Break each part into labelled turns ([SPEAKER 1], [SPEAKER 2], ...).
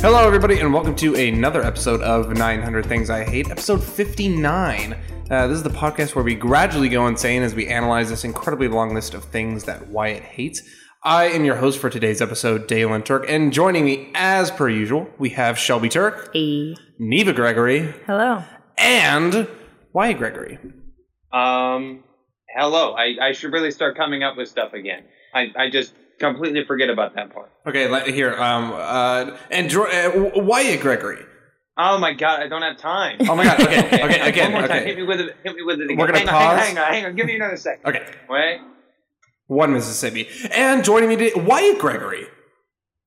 [SPEAKER 1] Hello, everybody, and welcome to another episode of 900 Things I Hate, episode 59. Uh, this is the podcast where we gradually go insane as we analyze this incredibly long list of things that Wyatt hates. I am your host for today's episode, Dalen Turk, and joining me, as per usual, we have Shelby Turk,
[SPEAKER 2] Hey.
[SPEAKER 1] Neva Gregory,
[SPEAKER 2] Hello.
[SPEAKER 1] and Wyatt Gregory.
[SPEAKER 3] Um, hello. I, I should really start coming up with stuff again. I, I just completely forget about that part.
[SPEAKER 1] Okay, let, here, um, uh, and Dro- uh, Wyatt Gregory.
[SPEAKER 3] Oh my god, I don't have time.
[SPEAKER 1] Oh my god, okay, okay, again,
[SPEAKER 3] One more time.
[SPEAKER 1] okay.
[SPEAKER 3] Hit me with it. Hit me with it again.
[SPEAKER 1] We're gonna
[SPEAKER 3] hang On,
[SPEAKER 1] pause.
[SPEAKER 3] hang on, hang on. Give me another second.
[SPEAKER 1] Okay,
[SPEAKER 3] Wait.
[SPEAKER 1] one Mississippi. And joining me today, Wyatt Gregory.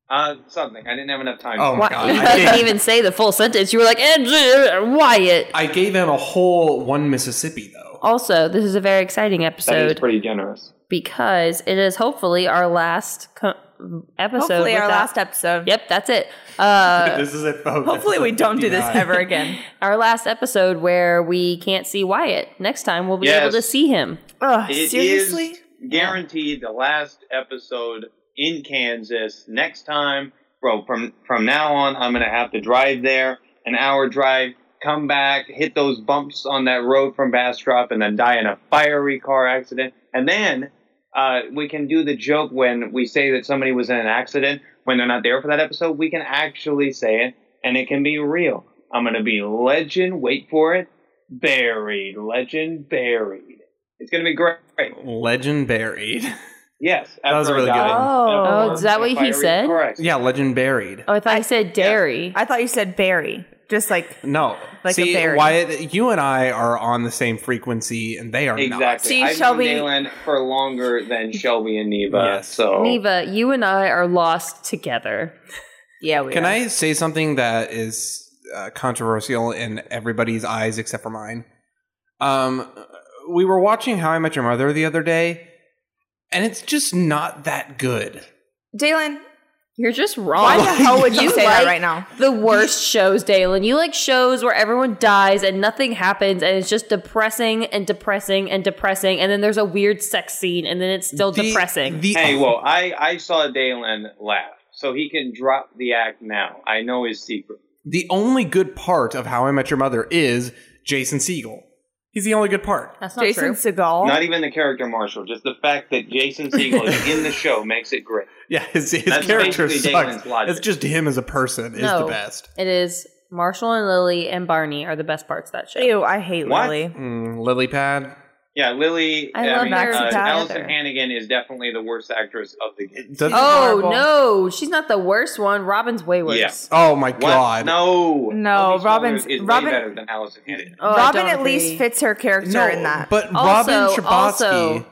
[SPEAKER 3] Uh, something. I didn't have enough time.
[SPEAKER 1] Oh my
[SPEAKER 2] Why,
[SPEAKER 1] god.
[SPEAKER 2] you
[SPEAKER 1] I
[SPEAKER 2] couldn't
[SPEAKER 1] gave,
[SPEAKER 2] even say the full sentence. You were like, "And, uh, Wyatt.
[SPEAKER 1] I gave him a whole one Mississippi though.
[SPEAKER 2] Also, this is a very exciting
[SPEAKER 3] That is
[SPEAKER 2] episode
[SPEAKER 3] pretty generous.
[SPEAKER 2] because it is hopefully our last co- episode.
[SPEAKER 4] Hopefully, our
[SPEAKER 2] without-
[SPEAKER 4] last episode.
[SPEAKER 2] Yep, that's it. Uh,
[SPEAKER 1] this is it, folks.
[SPEAKER 4] Hopefully, we don't do this
[SPEAKER 1] 59.
[SPEAKER 4] ever again.
[SPEAKER 2] our last episode where we can't see Wyatt. Next time, we'll be
[SPEAKER 3] Yes.
[SPEAKER 2] able to see him.
[SPEAKER 4] Oh,
[SPEAKER 3] It is
[SPEAKER 4] seriously?
[SPEAKER 3] guaranteed the last episode in Kansas. Next time, bro. From from now on, I'm gonna have to drive there an hour drive. Come back, hit those bumps on that road from Bastrop, and then die in a fiery car accident. And then uh, we can do the joke when we say that somebody was in an accident when they're not there for that episode. We can actually say it, and it can be real. I'm gonna be legend. Wait for it. Buried. Legend buried. It's gonna be great.
[SPEAKER 1] Legend buried.
[SPEAKER 3] Yes,
[SPEAKER 1] That was a really good one.
[SPEAKER 4] Oh.
[SPEAKER 2] Oh, is that what he said?
[SPEAKER 3] Correct.
[SPEAKER 1] Yeah, legend buried.
[SPEAKER 2] Oh, I thought I said dairy.
[SPEAKER 4] I thought you said Barry. Just like,
[SPEAKER 1] No.
[SPEAKER 4] Like a
[SPEAKER 1] See,
[SPEAKER 4] berry.
[SPEAKER 1] Wyatt, you and I are on the same frequency, and they are not.
[SPEAKER 3] Exactly.
[SPEAKER 4] See,
[SPEAKER 3] I've
[SPEAKER 4] Shelby-
[SPEAKER 3] known Nayland for longer than Shelby and Neva.
[SPEAKER 1] Yes.
[SPEAKER 3] So
[SPEAKER 2] Neva, you and I are lost together.
[SPEAKER 4] yeah, we
[SPEAKER 1] Can
[SPEAKER 4] are.
[SPEAKER 1] I say something that is uh, controversial in everybody's eyes except for mine? Um, we were watching How I Met Your Mother the other day, and it's just not that good.
[SPEAKER 4] Dalen,
[SPEAKER 2] You're just wrong.
[SPEAKER 4] why the hell would you, say that
[SPEAKER 2] Oh, like
[SPEAKER 4] right now?
[SPEAKER 2] The worst shows, Dalen. You like shows where everyone dies and nothing happens, and it's just depressing and depressing and depressing, and then there's a weird sex scene, and then it's still
[SPEAKER 1] The-
[SPEAKER 2] depressing.
[SPEAKER 1] The,
[SPEAKER 3] hey, well, I I saw Dalen laugh, so he can drop the act now. I know his secret.
[SPEAKER 1] the only good part of How I Met Your Mother is Jason Siegel. He's the only good part.
[SPEAKER 2] That's not true.
[SPEAKER 4] Jason Segal.
[SPEAKER 3] Not even the character Marshall. Just the fact that Jason Siegel is in the show makes it great.
[SPEAKER 1] Yeah, his, his
[SPEAKER 3] That's
[SPEAKER 1] character
[SPEAKER 3] basically
[SPEAKER 1] sucks.
[SPEAKER 3] Damon's logic.
[SPEAKER 1] It's just him as a person is
[SPEAKER 2] No.
[SPEAKER 1] the best.
[SPEAKER 2] It is Marshall and Lily and Barney are the best parts of that show.
[SPEAKER 4] Ew, I hate
[SPEAKER 3] What?
[SPEAKER 4] Lily.
[SPEAKER 1] Mm, Lily pad.
[SPEAKER 3] Yeah, Lily.
[SPEAKER 2] I love
[SPEAKER 3] mean,
[SPEAKER 2] that
[SPEAKER 3] uh,
[SPEAKER 2] together.
[SPEAKER 3] Allison Hannigan is definitely the worst actress of the game.
[SPEAKER 1] Does-
[SPEAKER 4] Oh,
[SPEAKER 2] Oh
[SPEAKER 4] horrible.
[SPEAKER 2] no, she's not the worst one. Robin's way worse.
[SPEAKER 3] Yeah.
[SPEAKER 1] oh my god.
[SPEAKER 3] No,
[SPEAKER 4] No,
[SPEAKER 3] Elsie Smothers
[SPEAKER 4] Robin's-
[SPEAKER 3] is
[SPEAKER 4] Robin-
[SPEAKER 3] way better than Allison Hannigan.
[SPEAKER 2] Oh, I
[SPEAKER 4] Robin
[SPEAKER 2] don't
[SPEAKER 4] at least
[SPEAKER 2] agree.
[SPEAKER 4] fits her character
[SPEAKER 1] No,
[SPEAKER 4] in that.
[SPEAKER 1] But
[SPEAKER 2] Also-
[SPEAKER 1] Robin Schabotsky,
[SPEAKER 2] also-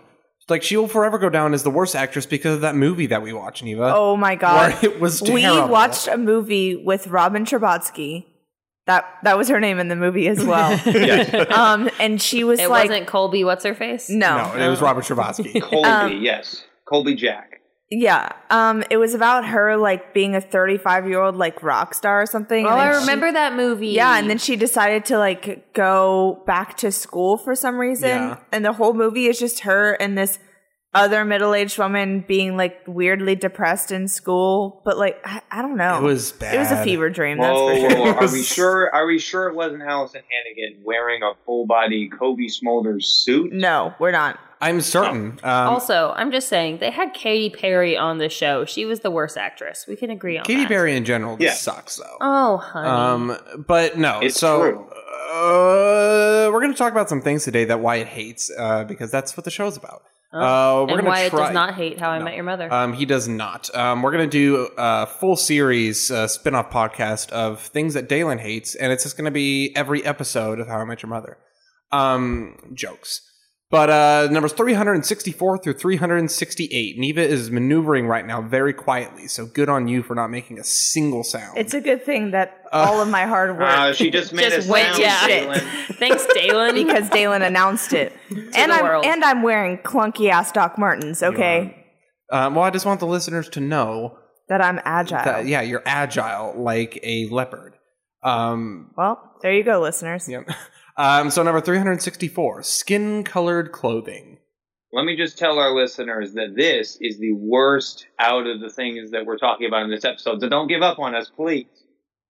[SPEAKER 1] like she will forever go down as the worst actress because of that movie that we watched, Neva.
[SPEAKER 4] oh my
[SPEAKER 1] where
[SPEAKER 4] god.
[SPEAKER 1] it was
[SPEAKER 4] We
[SPEAKER 1] terrible.
[SPEAKER 4] watched a movie with Robin Trabotsky. That that was her name in the movie as well. um, and she was
[SPEAKER 2] It
[SPEAKER 4] like,
[SPEAKER 2] wasn't Colby. What's her face?
[SPEAKER 1] No, it was Robert Schabotsky.
[SPEAKER 3] Colby,
[SPEAKER 4] Um,
[SPEAKER 3] yes, Colby Jack.
[SPEAKER 4] Yeah. Um, it was about her like being a 35 year old like rock star or something.
[SPEAKER 2] Oh,
[SPEAKER 4] and then
[SPEAKER 2] I
[SPEAKER 4] she-
[SPEAKER 2] remember that movie.
[SPEAKER 4] yeah, and then she decided to like go back to school for some reason,
[SPEAKER 1] Yeah.
[SPEAKER 4] and the whole movie is just her and this other middle aged woman being like weirdly depressed in school. But like, I, I don't know.
[SPEAKER 1] it was
[SPEAKER 4] It
[SPEAKER 1] bad.
[SPEAKER 4] was a fever dream. That's
[SPEAKER 3] Whoa,
[SPEAKER 4] for sure.
[SPEAKER 3] whoa, whoa. Oh, are
[SPEAKER 1] Yes.
[SPEAKER 3] we sure? Are we sure it wasn't Allison Hannigan wearing a full body Kobe Smulders suit?
[SPEAKER 4] No, we're not.
[SPEAKER 1] I'm certain. Um,
[SPEAKER 2] also, I'm just saying they had Katy Perry on the show. She was the worst actress. We can agree on
[SPEAKER 1] Katy
[SPEAKER 2] that.
[SPEAKER 1] Perry in general just
[SPEAKER 3] Yeah.
[SPEAKER 1] sucks though.
[SPEAKER 2] Oh, honey.
[SPEAKER 1] Um, but no.
[SPEAKER 3] It's
[SPEAKER 1] so
[SPEAKER 3] true.
[SPEAKER 1] Uh, we're going to talk about some things today that Wyatt hates uh, because that's what the show's about. Uh, we're
[SPEAKER 2] Oh, and
[SPEAKER 1] gonna
[SPEAKER 2] Wyatt
[SPEAKER 1] try.
[SPEAKER 2] does not hate How I
[SPEAKER 1] No.
[SPEAKER 2] Met Your Mother.
[SPEAKER 1] Um, he does not. Um, we're going to do a full series uh, spin-off podcast of things that Dalen hates, and it's just going to be every episode of How I Met Your Mother. Um, jokes. But uh, numbers 364 through 368. Neva is maneuvering right now very quietly, so good on you for not making a single sound.
[SPEAKER 4] It's a good thing that
[SPEAKER 1] Uh,
[SPEAKER 4] all of my hard work
[SPEAKER 3] Uh, she just made
[SPEAKER 2] Just
[SPEAKER 3] a
[SPEAKER 2] went
[SPEAKER 3] sound.
[SPEAKER 2] to shit.
[SPEAKER 3] Jalen.
[SPEAKER 2] Thanks, Dalen.
[SPEAKER 4] because Dalen announced it. and
[SPEAKER 2] uh, the
[SPEAKER 4] I'm
[SPEAKER 2] world.
[SPEAKER 4] and I'm wearing clunky ass Doc Martens, okay?
[SPEAKER 1] um, well, I just want the listeners to know
[SPEAKER 4] That I'm agile.
[SPEAKER 1] that, yeah, you're agile like a leopard. Um,
[SPEAKER 4] Well, there you go, listeners.
[SPEAKER 1] yep. Um, so number 364, skin-colored clothing.
[SPEAKER 3] Let me just tell our listeners that this is the worst out of the things that we're talking about in this episode. So don't give up on us, please.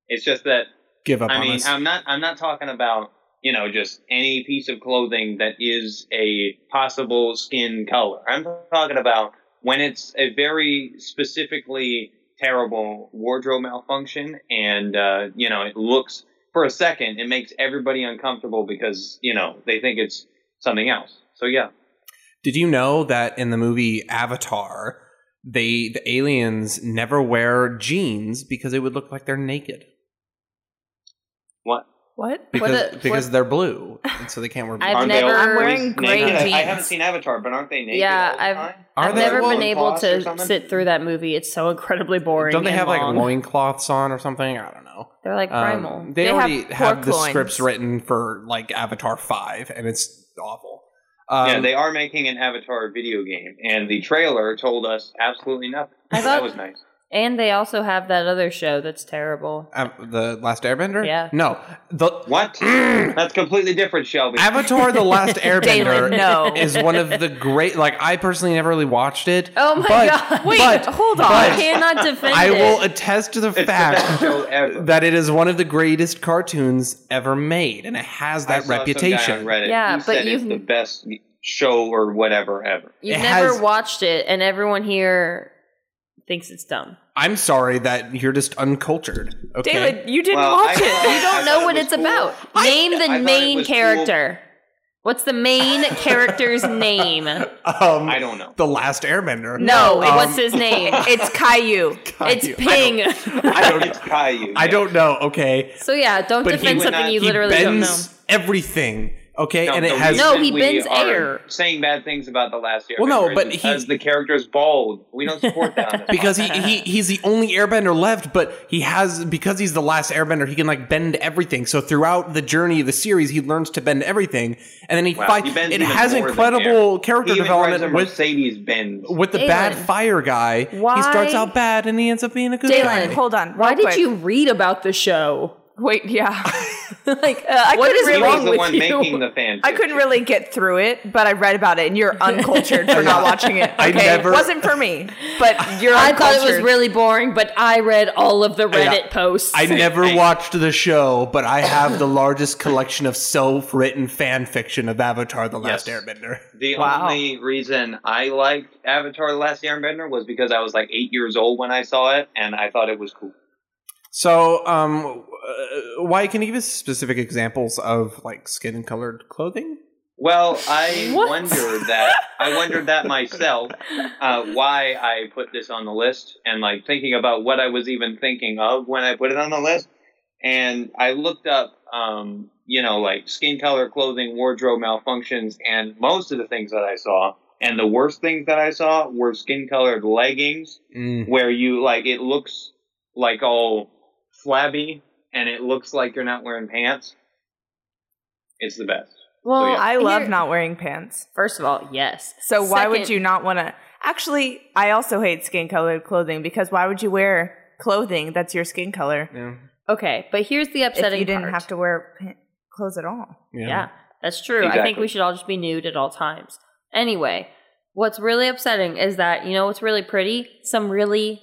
[SPEAKER 3] It's just that
[SPEAKER 1] Give up
[SPEAKER 3] I
[SPEAKER 1] on
[SPEAKER 3] mean, um,
[SPEAKER 1] us.
[SPEAKER 3] I'm not I'm not talking about, you know, just any piece of clothing that is a possible skin color. I'm talking about when it's a very specifically terrible wardrobe malfunction and uh, you know, it looks for a second it makes everybody uncomfortable because, you know, they think it's something else. So yeah.
[SPEAKER 1] Did you know that in the movie Avatar, they the aliens never wear jeans because it would look like they're naked
[SPEAKER 3] What
[SPEAKER 4] What?
[SPEAKER 1] because
[SPEAKER 2] the-
[SPEAKER 1] because
[SPEAKER 2] what-
[SPEAKER 1] they're blue and so they can't wear.
[SPEAKER 2] I've
[SPEAKER 1] blue.
[SPEAKER 3] Aren't they
[SPEAKER 2] never-
[SPEAKER 3] all
[SPEAKER 2] I'm
[SPEAKER 4] wearing
[SPEAKER 3] naked?
[SPEAKER 4] gray
[SPEAKER 3] I- I
[SPEAKER 2] jeans.
[SPEAKER 3] haven't seen Avatar, but aren't they naked?
[SPEAKER 2] Yeah,
[SPEAKER 3] all the
[SPEAKER 2] I've-
[SPEAKER 3] time?
[SPEAKER 1] Are
[SPEAKER 2] I've
[SPEAKER 1] they
[SPEAKER 2] never
[SPEAKER 1] loin
[SPEAKER 2] been able
[SPEAKER 3] cloths or
[SPEAKER 2] to
[SPEAKER 3] something?
[SPEAKER 2] sit through that movie. It's so incredibly boring.
[SPEAKER 1] Don't they
[SPEAKER 2] and
[SPEAKER 1] have like
[SPEAKER 2] long.
[SPEAKER 1] loincloths on or something? I don't know.
[SPEAKER 2] They're like
[SPEAKER 1] Um,
[SPEAKER 2] primal.
[SPEAKER 1] they,
[SPEAKER 4] They
[SPEAKER 1] already
[SPEAKER 4] have
[SPEAKER 1] have,
[SPEAKER 4] pork
[SPEAKER 1] the
[SPEAKER 4] loins.
[SPEAKER 1] scripts written for like Avatar Five, and it's awful. Um,
[SPEAKER 3] yeah, they are making an Avatar video game, and the trailer told us absolutely nothing.
[SPEAKER 2] I
[SPEAKER 3] So
[SPEAKER 2] thought-
[SPEAKER 3] that was nice.
[SPEAKER 2] and they also have that other show that's terrible.
[SPEAKER 1] Av- the Last Airbender.
[SPEAKER 2] Yeah.
[SPEAKER 1] No, the
[SPEAKER 3] What?
[SPEAKER 1] Mm.
[SPEAKER 3] That's completely different, Shelby.
[SPEAKER 1] Avatar: The Last Airbender
[SPEAKER 4] Dalen, no.
[SPEAKER 1] is one of the great. Like I personally never really watched it.
[SPEAKER 2] Oh my
[SPEAKER 1] but-
[SPEAKER 2] god!
[SPEAKER 4] Wait,
[SPEAKER 1] but-
[SPEAKER 4] hold on.
[SPEAKER 2] I
[SPEAKER 1] but-
[SPEAKER 2] cannot defend
[SPEAKER 1] I
[SPEAKER 2] it.
[SPEAKER 1] will attest to the
[SPEAKER 3] it's the best
[SPEAKER 1] fact
[SPEAKER 3] show ever.
[SPEAKER 1] that it is one of the greatest cartoons ever made, and it has
[SPEAKER 3] I
[SPEAKER 1] that
[SPEAKER 3] saw some guy on
[SPEAKER 1] reputation.
[SPEAKER 3] Reddit
[SPEAKER 2] Yeah,
[SPEAKER 3] who
[SPEAKER 2] but
[SPEAKER 3] said it's
[SPEAKER 2] you-
[SPEAKER 3] the best show or whatever ever.
[SPEAKER 2] You've
[SPEAKER 1] It
[SPEAKER 2] never
[SPEAKER 1] has-
[SPEAKER 2] watched it, and everyone here thinks it's dumb.
[SPEAKER 1] I'm sorry that you're just uncultured. Okay.
[SPEAKER 4] David, you didn't
[SPEAKER 3] Well, I
[SPEAKER 4] watch
[SPEAKER 3] thought-
[SPEAKER 4] it.
[SPEAKER 2] You don't
[SPEAKER 3] I
[SPEAKER 2] know
[SPEAKER 3] thought
[SPEAKER 2] what
[SPEAKER 3] it was
[SPEAKER 2] it's
[SPEAKER 3] cool.
[SPEAKER 2] about. Name
[SPEAKER 3] I
[SPEAKER 2] the
[SPEAKER 3] thought it
[SPEAKER 2] main
[SPEAKER 3] was cool.
[SPEAKER 2] character. What's the main character's name? No,
[SPEAKER 1] um,
[SPEAKER 3] I don't know.
[SPEAKER 1] The Last Airbender. Um,
[SPEAKER 2] what's his name?
[SPEAKER 4] It's Caillou.
[SPEAKER 2] It's
[SPEAKER 1] you.
[SPEAKER 2] Ping.
[SPEAKER 1] I don't.
[SPEAKER 3] It's Caillou.
[SPEAKER 1] I don't know. Okay.
[SPEAKER 2] so yeah, don't
[SPEAKER 1] But he
[SPEAKER 2] defend
[SPEAKER 1] would
[SPEAKER 2] something
[SPEAKER 3] not-
[SPEAKER 2] you
[SPEAKER 3] he
[SPEAKER 2] literally
[SPEAKER 1] bends
[SPEAKER 2] don't know.
[SPEAKER 1] everything. Okay,
[SPEAKER 3] No,
[SPEAKER 1] and it
[SPEAKER 3] the
[SPEAKER 1] has
[SPEAKER 2] No,
[SPEAKER 3] reason
[SPEAKER 2] he
[SPEAKER 3] we
[SPEAKER 2] bends
[SPEAKER 3] are
[SPEAKER 2] air.
[SPEAKER 3] Saying bad things about the last year.
[SPEAKER 1] Well, no, but
[SPEAKER 3] because
[SPEAKER 1] he-
[SPEAKER 3] the character's bald. We don't support that. on this
[SPEAKER 1] because he,
[SPEAKER 3] podcast.
[SPEAKER 1] he he's the only airbender left but he has because he's the last airbender he can like bend everything so throughout the journey of the series he learns to bend everything and then he
[SPEAKER 3] Wow,
[SPEAKER 1] fights
[SPEAKER 3] he bends
[SPEAKER 1] it
[SPEAKER 3] even
[SPEAKER 1] has
[SPEAKER 3] more than
[SPEAKER 1] incredible
[SPEAKER 3] air.
[SPEAKER 1] character
[SPEAKER 3] He even drives a
[SPEAKER 1] development with
[SPEAKER 3] Mercedes Benz.
[SPEAKER 1] with the bad
[SPEAKER 2] Dalen.
[SPEAKER 1] fire guy he
[SPEAKER 2] Why-
[SPEAKER 1] starts out bad and he ends up being a good
[SPEAKER 2] Dalen,
[SPEAKER 1] guy
[SPEAKER 4] Hold on.
[SPEAKER 2] Why
[SPEAKER 4] real
[SPEAKER 2] did
[SPEAKER 4] quick.
[SPEAKER 2] you read about the show?
[SPEAKER 4] Wait, yeah.
[SPEAKER 2] like, uh,
[SPEAKER 4] I
[SPEAKER 2] what
[SPEAKER 4] couldn't
[SPEAKER 2] is
[SPEAKER 4] really-
[SPEAKER 3] he was
[SPEAKER 2] wrong
[SPEAKER 3] the
[SPEAKER 2] with
[SPEAKER 3] one
[SPEAKER 2] you?
[SPEAKER 3] making the fan.
[SPEAKER 4] I couldn't really get through it, but I read about it, and you're uncultured for not watching it. Okay?
[SPEAKER 1] I never-
[SPEAKER 4] It wasn't for me, but you're
[SPEAKER 2] I
[SPEAKER 4] uncultured.
[SPEAKER 2] thought it was really boring, but I read all of the
[SPEAKER 1] Yeah.
[SPEAKER 2] Reddit posts.
[SPEAKER 1] I never
[SPEAKER 3] Hey.
[SPEAKER 1] watched the show, but I have the largest collection of self-written fan fiction of Avatar: The Last
[SPEAKER 3] Yes.
[SPEAKER 1] Airbender.
[SPEAKER 3] The
[SPEAKER 4] Wow.
[SPEAKER 3] only reason I liked Avatar: The Last Airbender was because I was like eight years old when I saw it, and I thought it was cool.
[SPEAKER 1] So, um, uh, why can you give us specific examples of like skin-colored clothing?
[SPEAKER 3] Well, I
[SPEAKER 2] What?
[SPEAKER 3] wondered that. I wondered that myself. Uh, why I put this on the list, and like thinking about what I was even thinking of when I put it on the list, and I looked up, um, you know, like skin color, clothing, wardrobe malfunctions, and most of the things that I saw, and the worst things that I saw were skin colored leggings
[SPEAKER 1] Mm.
[SPEAKER 3] where you like it looks like all flabby and it looks like you're not wearing pants. It's the best.
[SPEAKER 2] Well,
[SPEAKER 3] So, yeah.
[SPEAKER 4] I love
[SPEAKER 2] here-
[SPEAKER 4] not wearing pants.
[SPEAKER 2] First of all, yes.
[SPEAKER 4] So why would
[SPEAKER 2] Second-
[SPEAKER 4] you not want to? Actually, I also hate skin colored clothing because why would you wear clothing that's your skin color
[SPEAKER 1] Yeah.
[SPEAKER 2] Okay, but here's the
[SPEAKER 4] if
[SPEAKER 2] upsetting
[SPEAKER 4] you didn't
[SPEAKER 2] part.
[SPEAKER 4] have to wear pa- clothes at all?
[SPEAKER 1] Yeah.
[SPEAKER 2] Yeah, that's true. I think
[SPEAKER 3] Exactly.
[SPEAKER 2] we should all just be nude at all times. Anyway, what's really upsetting is that you know what's really pretty? Some really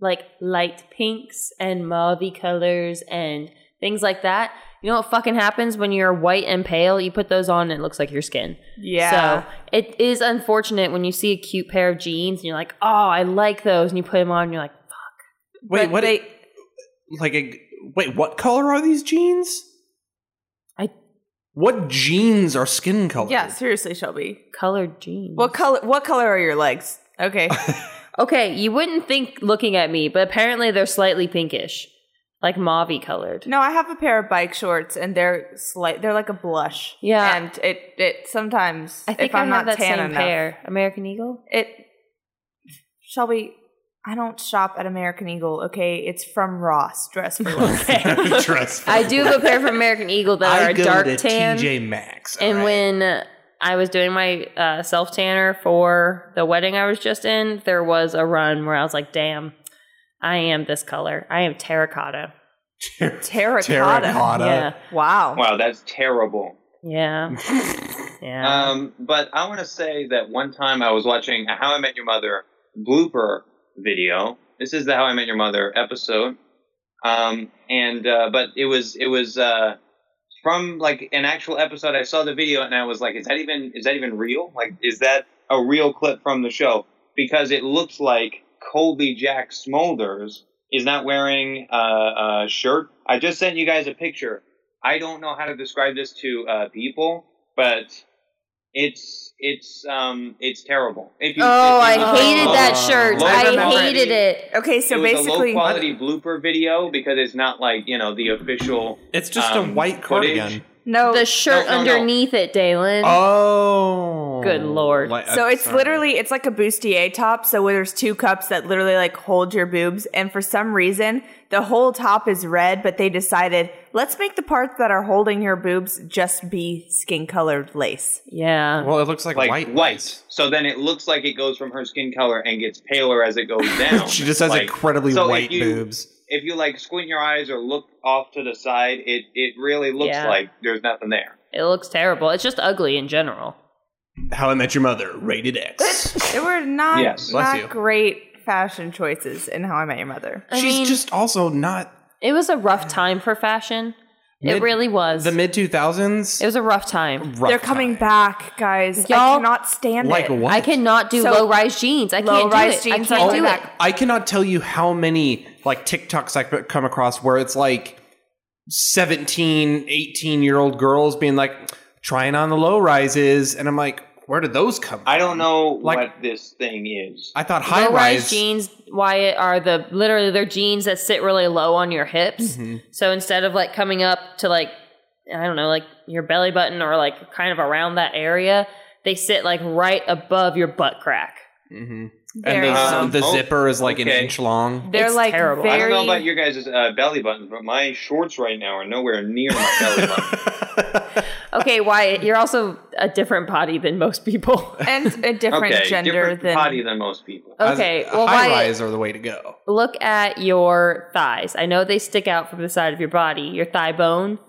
[SPEAKER 2] like light pinks and mauve colors and things like that. You know what fucking happens when you're white and pale? You put those on and it looks like your skin.
[SPEAKER 4] Yeah.
[SPEAKER 2] So it is unfortunate when you see a cute pair of jeans and you're like, oh, I like those. And you put them on and you're like,
[SPEAKER 1] Wait,
[SPEAKER 4] But
[SPEAKER 1] what?
[SPEAKER 4] they-
[SPEAKER 1] like a wait, what color are these jeans?
[SPEAKER 2] I-
[SPEAKER 1] what jeans are skin color?
[SPEAKER 4] yeah, seriously, Shelby.
[SPEAKER 2] colored jeans.
[SPEAKER 4] What color? What color are your legs? Okay,
[SPEAKER 2] Okay, you wouldn't think looking at me, but apparently they're slightly pinkish, like mauve colored.
[SPEAKER 4] no, I have a pair of bike shorts, and they're slight. They're like a blush.
[SPEAKER 2] Yeah.
[SPEAKER 4] and it it sometimes
[SPEAKER 2] I think
[SPEAKER 4] if I'm
[SPEAKER 2] I
[SPEAKER 4] not
[SPEAKER 2] have that
[SPEAKER 4] tan
[SPEAKER 2] same
[SPEAKER 4] enough,
[SPEAKER 2] pair. American Eagle.
[SPEAKER 4] it Shelby. I don't shop at American Eagle. Okay, it's from Ross. Dress for less.
[SPEAKER 1] Dress for
[SPEAKER 2] I do have a pair from American Eagle that
[SPEAKER 1] I
[SPEAKER 2] are a
[SPEAKER 1] go
[SPEAKER 2] dark
[SPEAKER 1] to
[SPEAKER 2] tan.
[SPEAKER 1] TJ Maxx.
[SPEAKER 2] and
[SPEAKER 1] alright.
[SPEAKER 2] when I was doing my uh, self tanner for the wedding I was just in, there was a run where I was like, "Damn, I am this color. I am terracotta."
[SPEAKER 4] Terracotta.
[SPEAKER 1] Terracotta.
[SPEAKER 2] Yeah,
[SPEAKER 4] Wow.
[SPEAKER 3] Wow, that's terrible.
[SPEAKER 2] yeah, yeah.
[SPEAKER 3] Um, but I want to say that one time I was watching a How I Met Your Mother blooper video. This is the How I Met Your Mother episode. Um, and uh, but it was it was uh, from like an actual episode. I saw the video and I was like, is that even is that even real? Like, is that a real clip from the show? Because it looks like Colby Jack Smolders is not wearing uh, a shirt. I just sent you guys a picture. I don't know how to describe this to uh, people, but it's it's um it's terrible. If you,
[SPEAKER 2] Oh,
[SPEAKER 3] if
[SPEAKER 2] I
[SPEAKER 3] you-
[SPEAKER 2] hated that shirt.
[SPEAKER 3] Low
[SPEAKER 2] I
[SPEAKER 3] quality-
[SPEAKER 2] hated it.
[SPEAKER 4] Okay, so
[SPEAKER 3] it was
[SPEAKER 4] basically,
[SPEAKER 3] a low quality blooper video because it's not like you know the official.
[SPEAKER 1] It's just a
[SPEAKER 3] um,
[SPEAKER 1] white
[SPEAKER 3] footage.
[SPEAKER 1] cardigan.
[SPEAKER 4] no.
[SPEAKER 2] The shirt
[SPEAKER 3] no, no.
[SPEAKER 2] underneath it, Dalen.
[SPEAKER 1] Oh,
[SPEAKER 2] Good lord.
[SPEAKER 1] Like-
[SPEAKER 4] so it's
[SPEAKER 1] sorry.
[SPEAKER 4] literally it's like a bustier top. So where there's two cups that literally like hold your boobs, and for some reason the whole top is red, but they decided let's make the parts that are holding your boobs just be skin colored lace.
[SPEAKER 2] yeah.
[SPEAKER 1] Well, it looks like,
[SPEAKER 3] Like
[SPEAKER 1] white.
[SPEAKER 3] white, so then it looks like it goes from her skin color and gets paler as it goes down.
[SPEAKER 1] She just has
[SPEAKER 3] Like,
[SPEAKER 1] incredibly
[SPEAKER 3] so if
[SPEAKER 1] white
[SPEAKER 3] you-
[SPEAKER 1] boobs.
[SPEAKER 3] If you like squint your eyes or look off to the side, it it really looks
[SPEAKER 2] Yeah.
[SPEAKER 3] like there's nothing there.
[SPEAKER 2] It looks terrible. It's just ugly in general.
[SPEAKER 1] How I Met Your Mother, rated X.
[SPEAKER 4] They were not
[SPEAKER 3] Yes.
[SPEAKER 1] Bless
[SPEAKER 4] not
[SPEAKER 1] you.
[SPEAKER 4] great fashion choices in How I Met Your Mother.
[SPEAKER 2] I
[SPEAKER 1] She's
[SPEAKER 2] mean,
[SPEAKER 1] just also not
[SPEAKER 2] it was a rough time for fashion.
[SPEAKER 1] Mid-
[SPEAKER 2] it really was.
[SPEAKER 1] the mid two thousands.
[SPEAKER 2] it was a rough time.
[SPEAKER 4] They're coming back, guys. I
[SPEAKER 2] Y'all-
[SPEAKER 4] cannot stand
[SPEAKER 1] Like
[SPEAKER 4] it.
[SPEAKER 1] what?
[SPEAKER 2] I cannot do
[SPEAKER 4] So-
[SPEAKER 2] low rise jeans. I can't do
[SPEAKER 4] Low-rise
[SPEAKER 2] it.
[SPEAKER 4] jeans
[SPEAKER 2] I
[SPEAKER 4] are
[SPEAKER 1] Oh,
[SPEAKER 2] can't
[SPEAKER 4] coming
[SPEAKER 2] do
[SPEAKER 4] back.
[SPEAKER 2] it.
[SPEAKER 1] I cannot tell you how many like TikToks I come across where it's like 17, 18 year old girls being like trying on the low rises, and I'm like, where did those come?
[SPEAKER 3] I don't know
[SPEAKER 1] Like-
[SPEAKER 3] what this thing is.
[SPEAKER 1] I thought high
[SPEAKER 2] Low rise
[SPEAKER 1] rise.
[SPEAKER 2] jeans, Wyatt, are the literally they're jeans that sit really low on your hips.
[SPEAKER 1] Mhm.
[SPEAKER 2] So instead of like coming up to like I don't know, like your belly button or like kind of around that area, they sit like right above your butt crack.
[SPEAKER 1] Mhm.
[SPEAKER 4] There
[SPEAKER 1] And
[SPEAKER 4] you
[SPEAKER 1] the,
[SPEAKER 4] go.
[SPEAKER 3] Um,
[SPEAKER 1] the
[SPEAKER 3] oh,
[SPEAKER 1] zipper is like an
[SPEAKER 3] okay.
[SPEAKER 1] inch long.
[SPEAKER 4] They're
[SPEAKER 2] It's
[SPEAKER 4] like
[SPEAKER 2] terrible.
[SPEAKER 4] very.
[SPEAKER 3] I don't know about your guys' uh, belly buttons, but my shorts right now are nowhere near my belly button.
[SPEAKER 2] Okay, Wyatt, you're also a different body than most people.
[SPEAKER 4] and a different
[SPEAKER 3] okay,
[SPEAKER 4] gender
[SPEAKER 3] different
[SPEAKER 4] than
[SPEAKER 3] body than most people.
[SPEAKER 2] Okay, well,
[SPEAKER 1] high
[SPEAKER 2] Wyatt,
[SPEAKER 1] rise are the way to go.
[SPEAKER 2] look at your thighs. I know they stick out from the side of your body, your thigh bone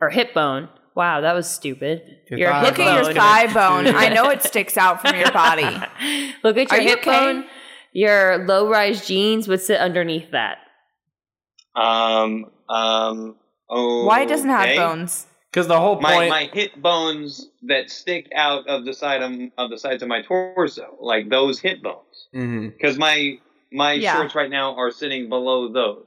[SPEAKER 2] or hip bone. Wow, that was stupid.
[SPEAKER 1] Your
[SPEAKER 2] Your
[SPEAKER 1] thigh
[SPEAKER 2] hip
[SPEAKER 4] Look at your
[SPEAKER 2] bone.
[SPEAKER 4] thigh bone. I know it sticks out from your body.
[SPEAKER 2] Look at
[SPEAKER 4] Are
[SPEAKER 2] your
[SPEAKER 4] you
[SPEAKER 2] hip
[SPEAKER 4] okay?
[SPEAKER 2] bone. Your low rise jeans would sit underneath that.
[SPEAKER 3] Um, um, oh,
[SPEAKER 4] Why it doesn't have bones?
[SPEAKER 1] Because the whole point.
[SPEAKER 3] My my hip bones that stick out of the side of, of the sides of my torso, like those hip bones,
[SPEAKER 1] Mhm.
[SPEAKER 3] because my my
[SPEAKER 4] Yeah.
[SPEAKER 3] shorts right now are sitting below those.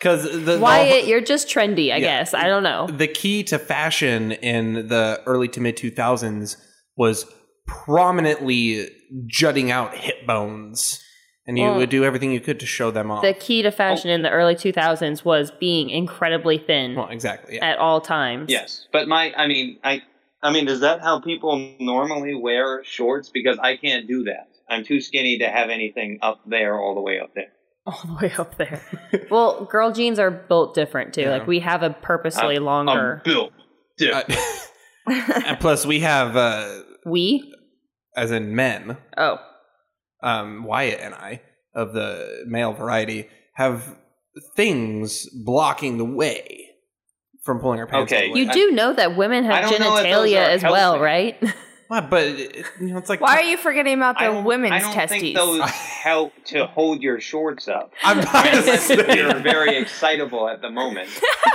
[SPEAKER 1] 'Cause the- the
[SPEAKER 2] Wyatt, you're just trendy, I
[SPEAKER 1] Yeah.
[SPEAKER 2] guess. I don't know.
[SPEAKER 1] the key to fashion in the early to mid 2000s was prominently jutting out hip bones and you
[SPEAKER 2] Well-
[SPEAKER 1] would do everything you could to show them off
[SPEAKER 2] The key to fashion in the early 2000s was being incredibly thin
[SPEAKER 1] well exactly yeah.
[SPEAKER 2] at all times.
[SPEAKER 3] Yes, but my I mean I I mean is that how people normally wear shorts? Because I can't do that. I'm too skinny to have anything up there, all the way up there.
[SPEAKER 2] All the way up there. well, girl jeans are built different too.
[SPEAKER 1] Yeah. um,
[SPEAKER 2] Like we have a purposely
[SPEAKER 3] I'm
[SPEAKER 2] longer.
[SPEAKER 3] built. different.
[SPEAKER 1] Uh, and plus we have uh
[SPEAKER 2] we?
[SPEAKER 1] as in men
[SPEAKER 2] Oh.
[SPEAKER 1] um wyatt and i of the male variety have things blocking the way from pulling our pants all
[SPEAKER 3] Okay.
[SPEAKER 1] the way
[SPEAKER 2] You
[SPEAKER 1] up.
[SPEAKER 2] do know that women
[SPEAKER 3] I
[SPEAKER 2] have
[SPEAKER 3] don't know if those
[SPEAKER 2] genitalia
[SPEAKER 3] are
[SPEAKER 2] as well,
[SPEAKER 3] healthy.
[SPEAKER 2] right?
[SPEAKER 1] Why, Uh, but it- you know, it's like
[SPEAKER 4] Why are you forgetting about
[SPEAKER 3] I
[SPEAKER 4] the
[SPEAKER 3] don't-
[SPEAKER 4] women's
[SPEAKER 3] I don't
[SPEAKER 4] testes?
[SPEAKER 3] think those help to hold your shorts up.
[SPEAKER 1] i'm
[SPEAKER 3] Unless you're
[SPEAKER 1] not
[SPEAKER 3] very excitable at the moment.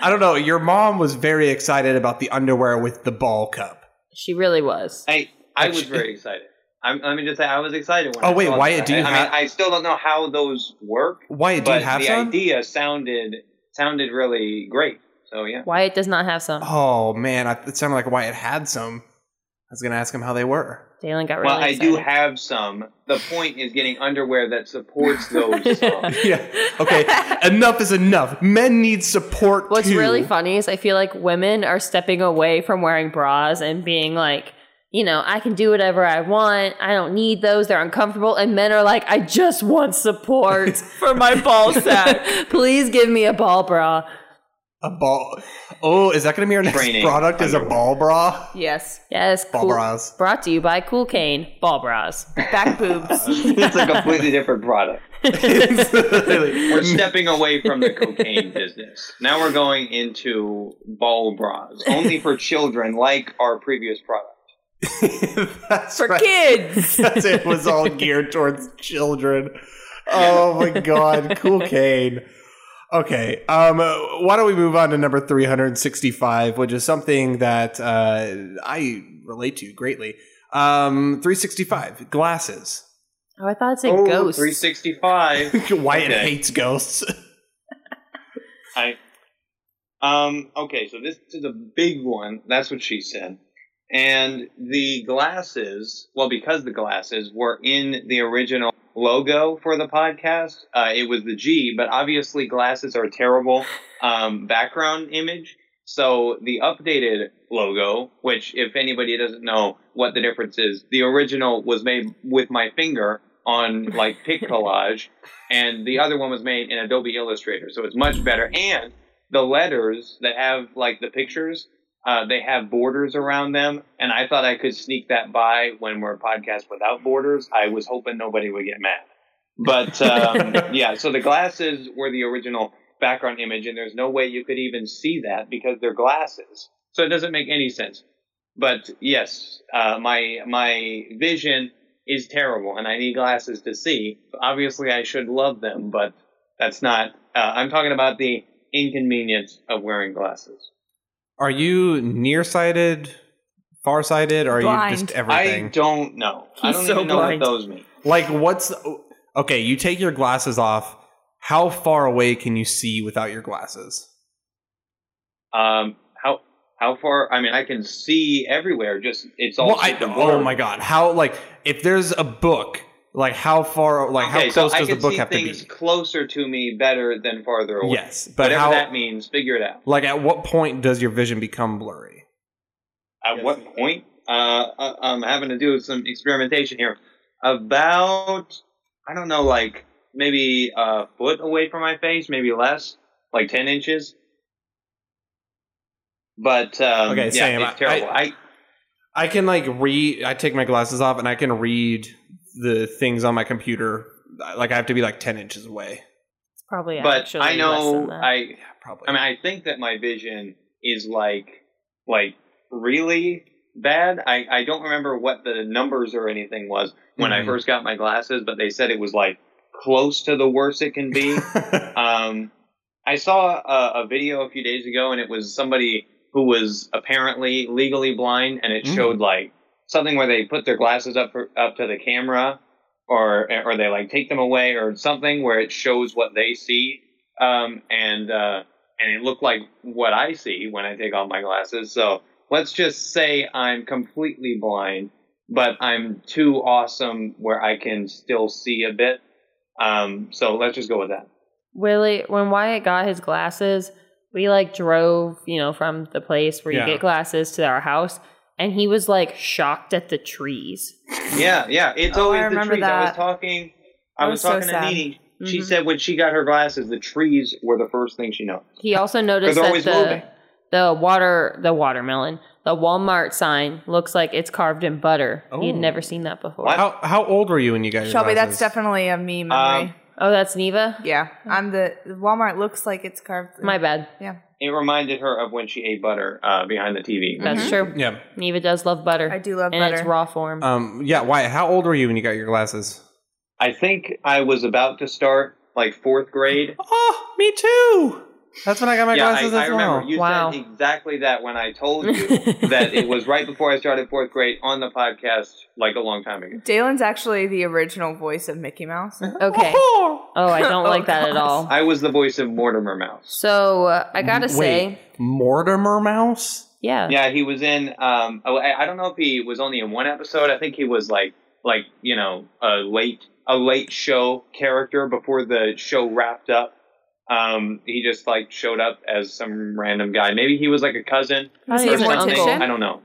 [SPEAKER 1] I don't know. Your mom was very excited about the underwear with the ball cup.
[SPEAKER 2] she really was.
[SPEAKER 3] I I was very excited. I'm, let me just say, I was excited when.
[SPEAKER 1] Oh,
[SPEAKER 3] I
[SPEAKER 1] wait,
[SPEAKER 3] saw
[SPEAKER 1] Wyatt,
[SPEAKER 3] that.
[SPEAKER 1] do you
[SPEAKER 3] I
[SPEAKER 1] have-
[SPEAKER 3] mean, I still don't know how those work,
[SPEAKER 1] Wyatt, do
[SPEAKER 3] but
[SPEAKER 1] you have
[SPEAKER 3] the
[SPEAKER 1] some?
[SPEAKER 3] idea sounded sounded really great. So yeah,
[SPEAKER 2] Wyatt does not have some.
[SPEAKER 1] Oh man, I, it sounded like Wyatt had some. I was gonna ask him how they were.
[SPEAKER 2] Dalen got really
[SPEAKER 3] well, I do
[SPEAKER 2] excited.
[SPEAKER 3] have some. The point is getting underwear that supports those. um,
[SPEAKER 1] yeah. Okay. enough is enough. Men need support
[SPEAKER 2] What's
[SPEAKER 1] too.
[SPEAKER 2] really funny is I feel like women are stepping away from wearing bras and being like, you know, I can do whatever I want. I don't need those. They're uncomfortable. And men are like, I just want support for my ball sack. Please give me a ball bra.
[SPEAKER 1] A ball. Oh, is that gonna be our next
[SPEAKER 3] Training
[SPEAKER 1] product? Is a
[SPEAKER 3] underwear.
[SPEAKER 1] ball bra?
[SPEAKER 4] yes,
[SPEAKER 2] Yes,
[SPEAKER 1] Ball
[SPEAKER 2] cool-
[SPEAKER 1] bras.
[SPEAKER 2] Brought to you by Cool Cane Ball Bras. Oh,
[SPEAKER 4] back boobs.
[SPEAKER 3] it's a completely different product. We're stepping away from the cocaine business. Now we're going into ball bras, only for children, like our previous product.
[SPEAKER 1] That's
[SPEAKER 4] For
[SPEAKER 1] right.
[SPEAKER 4] kids.
[SPEAKER 1] That's it. Was all geared towards children. Oh my god, cool cane. Okay. Um, uh, why don't we move on to number 365, which is something that uh, I relate to greatly. Um, 365, glasses.
[SPEAKER 2] Oh, I thought it said
[SPEAKER 3] Oh,
[SPEAKER 2] ghost.
[SPEAKER 3] 365.
[SPEAKER 1] Wyatt
[SPEAKER 3] Okay.
[SPEAKER 1] hates ghosts.
[SPEAKER 3] I um okay, so this is a big one. That's what she said. And the glasses, well, because the glasses were in the original logo for the podcast, uh, it was the G, but obviously glasses are a terrible um, background image. So the updated logo, which if anybody doesn't know what the difference is, the original was made with my finger on like pic collage, and the other one was made in Adobe Illustrator. So it's much better. And the letters that have like the pictures, uh, they have borders around them. And I thought I could sneak that by when we're a podcast without borders. I was hoping nobody would get mad. But um, yeah, so the glasses were the original background image, and there's no way you could even see that because they're glasses. So it doesn't make any sense. But yes, uh, my my vision is terrible, and I need glasses to see. Obviously, I should love them, but that's not. Uh, I'm talking about the inconvenience of wearing glasses.
[SPEAKER 1] Are you nearsighted, farsighted, or are you
[SPEAKER 4] Blind.
[SPEAKER 1] just everything?
[SPEAKER 3] I don't know. I
[SPEAKER 2] He's
[SPEAKER 3] don't
[SPEAKER 2] so
[SPEAKER 3] even know
[SPEAKER 2] blind.
[SPEAKER 3] what those mean.
[SPEAKER 1] Like, what's okay? You take your glasses off. How far away can you see without your glasses?
[SPEAKER 3] Um, how how far? I mean, I can see everywhere. Just it's all.
[SPEAKER 1] Well, I,
[SPEAKER 3] super blurred.
[SPEAKER 1] oh my god! How like if there's a book, like how far, like
[SPEAKER 3] okay,
[SPEAKER 1] how close
[SPEAKER 3] so I
[SPEAKER 1] does the
[SPEAKER 3] can
[SPEAKER 1] book
[SPEAKER 3] see
[SPEAKER 1] have to be?
[SPEAKER 3] things closer to me better than farther away.
[SPEAKER 1] Yes, but
[SPEAKER 3] Whatever
[SPEAKER 1] how?
[SPEAKER 3] that means, figure it out.
[SPEAKER 1] like, at what point does your vision become blurry?
[SPEAKER 3] At what point? Uh, I, I'm having to do some experimentation here. About, I don't know, like maybe a foot away from my face, maybe less, like 10 inches. But um,
[SPEAKER 1] Okay,
[SPEAKER 3] yeah,
[SPEAKER 1] same. I-
[SPEAKER 3] it's terrible. I,
[SPEAKER 1] I can like read. I take my glasses off and I can read the things on my computer. Like I have to be like ten inches away.
[SPEAKER 2] It's probably
[SPEAKER 3] but
[SPEAKER 2] actually
[SPEAKER 3] I
[SPEAKER 2] less than
[SPEAKER 3] know
[SPEAKER 2] that.
[SPEAKER 3] I.
[SPEAKER 1] Yeah, probably.
[SPEAKER 3] I mean, I think that my vision is like like really bad. I I don't remember what the numbers or anything was when
[SPEAKER 1] Mhm.
[SPEAKER 3] I first got my glasses, but they said it was like close to the worst it can be. um, I saw a, a video a few days ago, and it was somebody who was apparently legally blind, and it
[SPEAKER 1] Mm.
[SPEAKER 3] showed like something where they put their glasses up for, up to the camera, or or they like take them away, or something where it shows what they see, um, and uh, and it looked like what I see when I take off my glasses. So let's just say I'm completely blind, but I'm too awesome where I can still see a bit. Um, so let's just go with that.
[SPEAKER 2] Willie, when Wyatt got his glasses, we like drove, you know, from the place where
[SPEAKER 1] Yeah.
[SPEAKER 2] you get glasses to our house, and he was like shocked at the trees.
[SPEAKER 3] Yeah, yeah. It's
[SPEAKER 4] Oh, I
[SPEAKER 3] always the
[SPEAKER 4] remember
[SPEAKER 3] trees. I was
[SPEAKER 4] that.
[SPEAKER 3] talking. I
[SPEAKER 4] That
[SPEAKER 3] was,
[SPEAKER 4] was so
[SPEAKER 3] talking to
[SPEAKER 4] sad.
[SPEAKER 3] Nene. She
[SPEAKER 4] Mhm.
[SPEAKER 3] said when she got her glasses, the trees were the first thing she noticed.
[SPEAKER 2] He also noticed
[SPEAKER 3] they're
[SPEAKER 2] that
[SPEAKER 3] always moving.
[SPEAKER 2] the the water the watermelon, the Walmart sign looks like it's carved in butter. He had
[SPEAKER 1] Oh.
[SPEAKER 2] never seen that before.
[SPEAKER 3] What?
[SPEAKER 1] how how old were you when you got your
[SPEAKER 4] Shelby,
[SPEAKER 1] glasses?
[SPEAKER 4] that's definitely a me memory.
[SPEAKER 3] Um,
[SPEAKER 2] Oh, that's Neva?
[SPEAKER 4] yeah, I'm the Walmart looks like it's carved. in-
[SPEAKER 2] My bad.
[SPEAKER 3] It reminded her of when she ate butter uh, behind the TV.
[SPEAKER 2] That's
[SPEAKER 4] Mhm.
[SPEAKER 2] true.
[SPEAKER 1] Yeah.
[SPEAKER 2] Neva does love butter.
[SPEAKER 4] I do love
[SPEAKER 2] in
[SPEAKER 4] butter.
[SPEAKER 2] its raw form.
[SPEAKER 1] Um. Yeah. Wyatt, how old were you when you got your glasses?
[SPEAKER 3] I think I was about to start like fourth grade.
[SPEAKER 1] Oh, me too. That's when I got my
[SPEAKER 3] yeah, I,
[SPEAKER 1] glasses
[SPEAKER 3] I
[SPEAKER 1] as
[SPEAKER 3] remember
[SPEAKER 1] well.
[SPEAKER 3] you
[SPEAKER 2] Wow.
[SPEAKER 3] said exactly that when I told you that it was right before I started fourth grade on the podcast, like a long time ago.
[SPEAKER 4] Dalen's actually the original voice of Mickey Mouse.
[SPEAKER 2] Okay. Oh, I don't
[SPEAKER 4] Oh,
[SPEAKER 2] like that at
[SPEAKER 4] gosh.
[SPEAKER 2] all.
[SPEAKER 3] I was the voice of Mortimer Mouse.
[SPEAKER 2] So uh, I gotta
[SPEAKER 1] Wait,
[SPEAKER 2] say,
[SPEAKER 1] Mortimer Mouse.
[SPEAKER 2] yeah,
[SPEAKER 3] Yeah, he was in. Um, oh, I I don't know if he was only in one episode. I think he was like, like you know, a late, a late show character before the show wrapped up. Um, he just like showed up as some random guy. Maybe he was like a cousin
[SPEAKER 2] Was he
[SPEAKER 3] or
[SPEAKER 2] an
[SPEAKER 3] something.
[SPEAKER 2] uncle?
[SPEAKER 3] I don't know.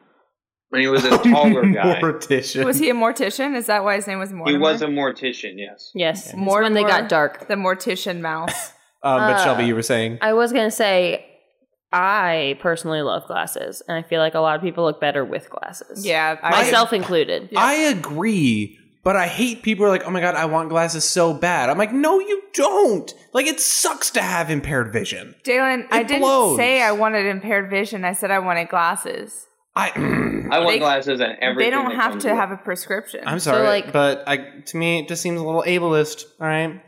[SPEAKER 3] And he was a taller guy.
[SPEAKER 1] Mortician.
[SPEAKER 4] Was he a mortician? Is that why his name was Mortimer?
[SPEAKER 3] he was a mortician. Yes.
[SPEAKER 2] yes. It's
[SPEAKER 4] More
[SPEAKER 2] when
[SPEAKER 4] and
[SPEAKER 2] they got
[SPEAKER 4] more-
[SPEAKER 2] dark.
[SPEAKER 4] the mortician mouse.
[SPEAKER 1] um, but
[SPEAKER 2] Uh,
[SPEAKER 1] Shelby, you were saying.
[SPEAKER 2] I was gonna say, I personally love glasses, and I feel like a lot of people look better with glasses.
[SPEAKER 4] yeah, I,
[SPEAKER 2] myself included.
[SPEAKER 4] Yeah.
[SPEAKER 1] I agree, but I hate people who are like, "Oh my god, I want glasses so bad." I'm like, "No, you don't." Like, it sucks to have impaired vision.
[SPEAKER 4] Jalen, I
[SPEAKER 1] It
[SPEAKER 4] didn't
[SPEAKER 1] blows.
[SPEAKER 4] say I wanted impaired vision. I said I wanted glasses.
[SPEAKER 1] I,
[SPEAKER 3] I want
[SPEAKER 4] They-
[SPEAKER 3] glasses and everything.
[SPEAKER 4] they don't
[SPEAKER 3] that
[SPEAKER 4] have
[SPEAKER 3] comes
[SPEAKER 4] to
[SPEAKER 3] with it.
[SPEAKER 4] have a prescription.
[SPEAKER 1] I'm sorry,
[SPEAKER 2] like-
[SPEAKER 1] but I to me it just seems a little ableist. All right,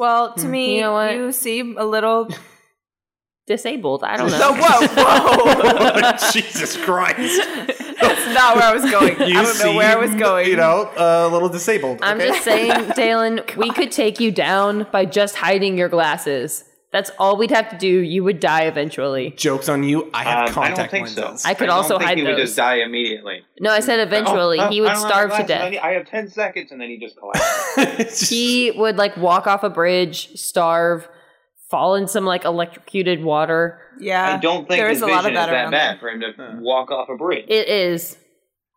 [SPEAKER 4] Well, to me, you,
[SPEAKER 2] You know what?
[SPEAKER 4] seem a little.
[SPEAKER 2] Disabled. I don't
[SPEAKER 4] so
[SPEAKER 2] know.
[SPEAKER 4] whoa, whoa!
[SPEAKER 1] Jesus Christ.
[SPEAKER 4] That's not where I was going. I don't know where I was
[SPEAKER 1] seem,
[SPEAKER 4] going.
[SPEAKER 1] You know, a little disabled.
[SPEAKER 2] I'm
[SPEAKER 1] okay?
[SPEAKER 2] just saying, Dalen, we could take you down by just hiding your glasses. That's all we'd have to do. You would die eventually.
[SPEAKER 1] Jokes on you. I have
[SPEAKER 3] Um, I don't
[SPEAKER 1] contact
[SPEAKER 3] think so.
[SPEAKER 1] lenses.
[SPEAKER 2] I could
[SPEAKER 3] don't
[SPEAKER 2] also
[SPEAKER 3] think
[SPEAKER 2] hide
[SPEAKER 3] he would
[SPEAKER 2] those.
[SPEAKER 3] just die immediately.
[SPEAKER 2] No, I said eventually.
[SPEAKER 3] Oh, oh,
[SPEAKER 2] he
[SPEAKER 3] I
[SPEAKER 2] would
[SPEAKER 3] don't have
[SPEAKER 2] starve to
[SPEAKER 3] glasses. I
[SPEAKER 2] death.
[SPEAKER 3] need- I have ten seconds, and then he just collapses.
[SPEAKER 1] It's just-
[SPEAKER 2] He would like walk off a bridge, starve, fall in some like electrocuted water.
[SPEAKER 4] Yeah,
[SPEAKER 3] I don't think
[SPEAKER 4] Uh, there
[SPEAKER 3] his
[SPEAKER 4] is a lot of
[SPEAKER 3] vision is
[SPEAKER 4] that
[SPEAKER 3] that
[SPEAKER 4] around there.
[SPEAKER 3] bad for him to
[SPEAKER 1] Huh.
[SPEAKER 3] walk off a bridge.
[SPEAKER 2] It is.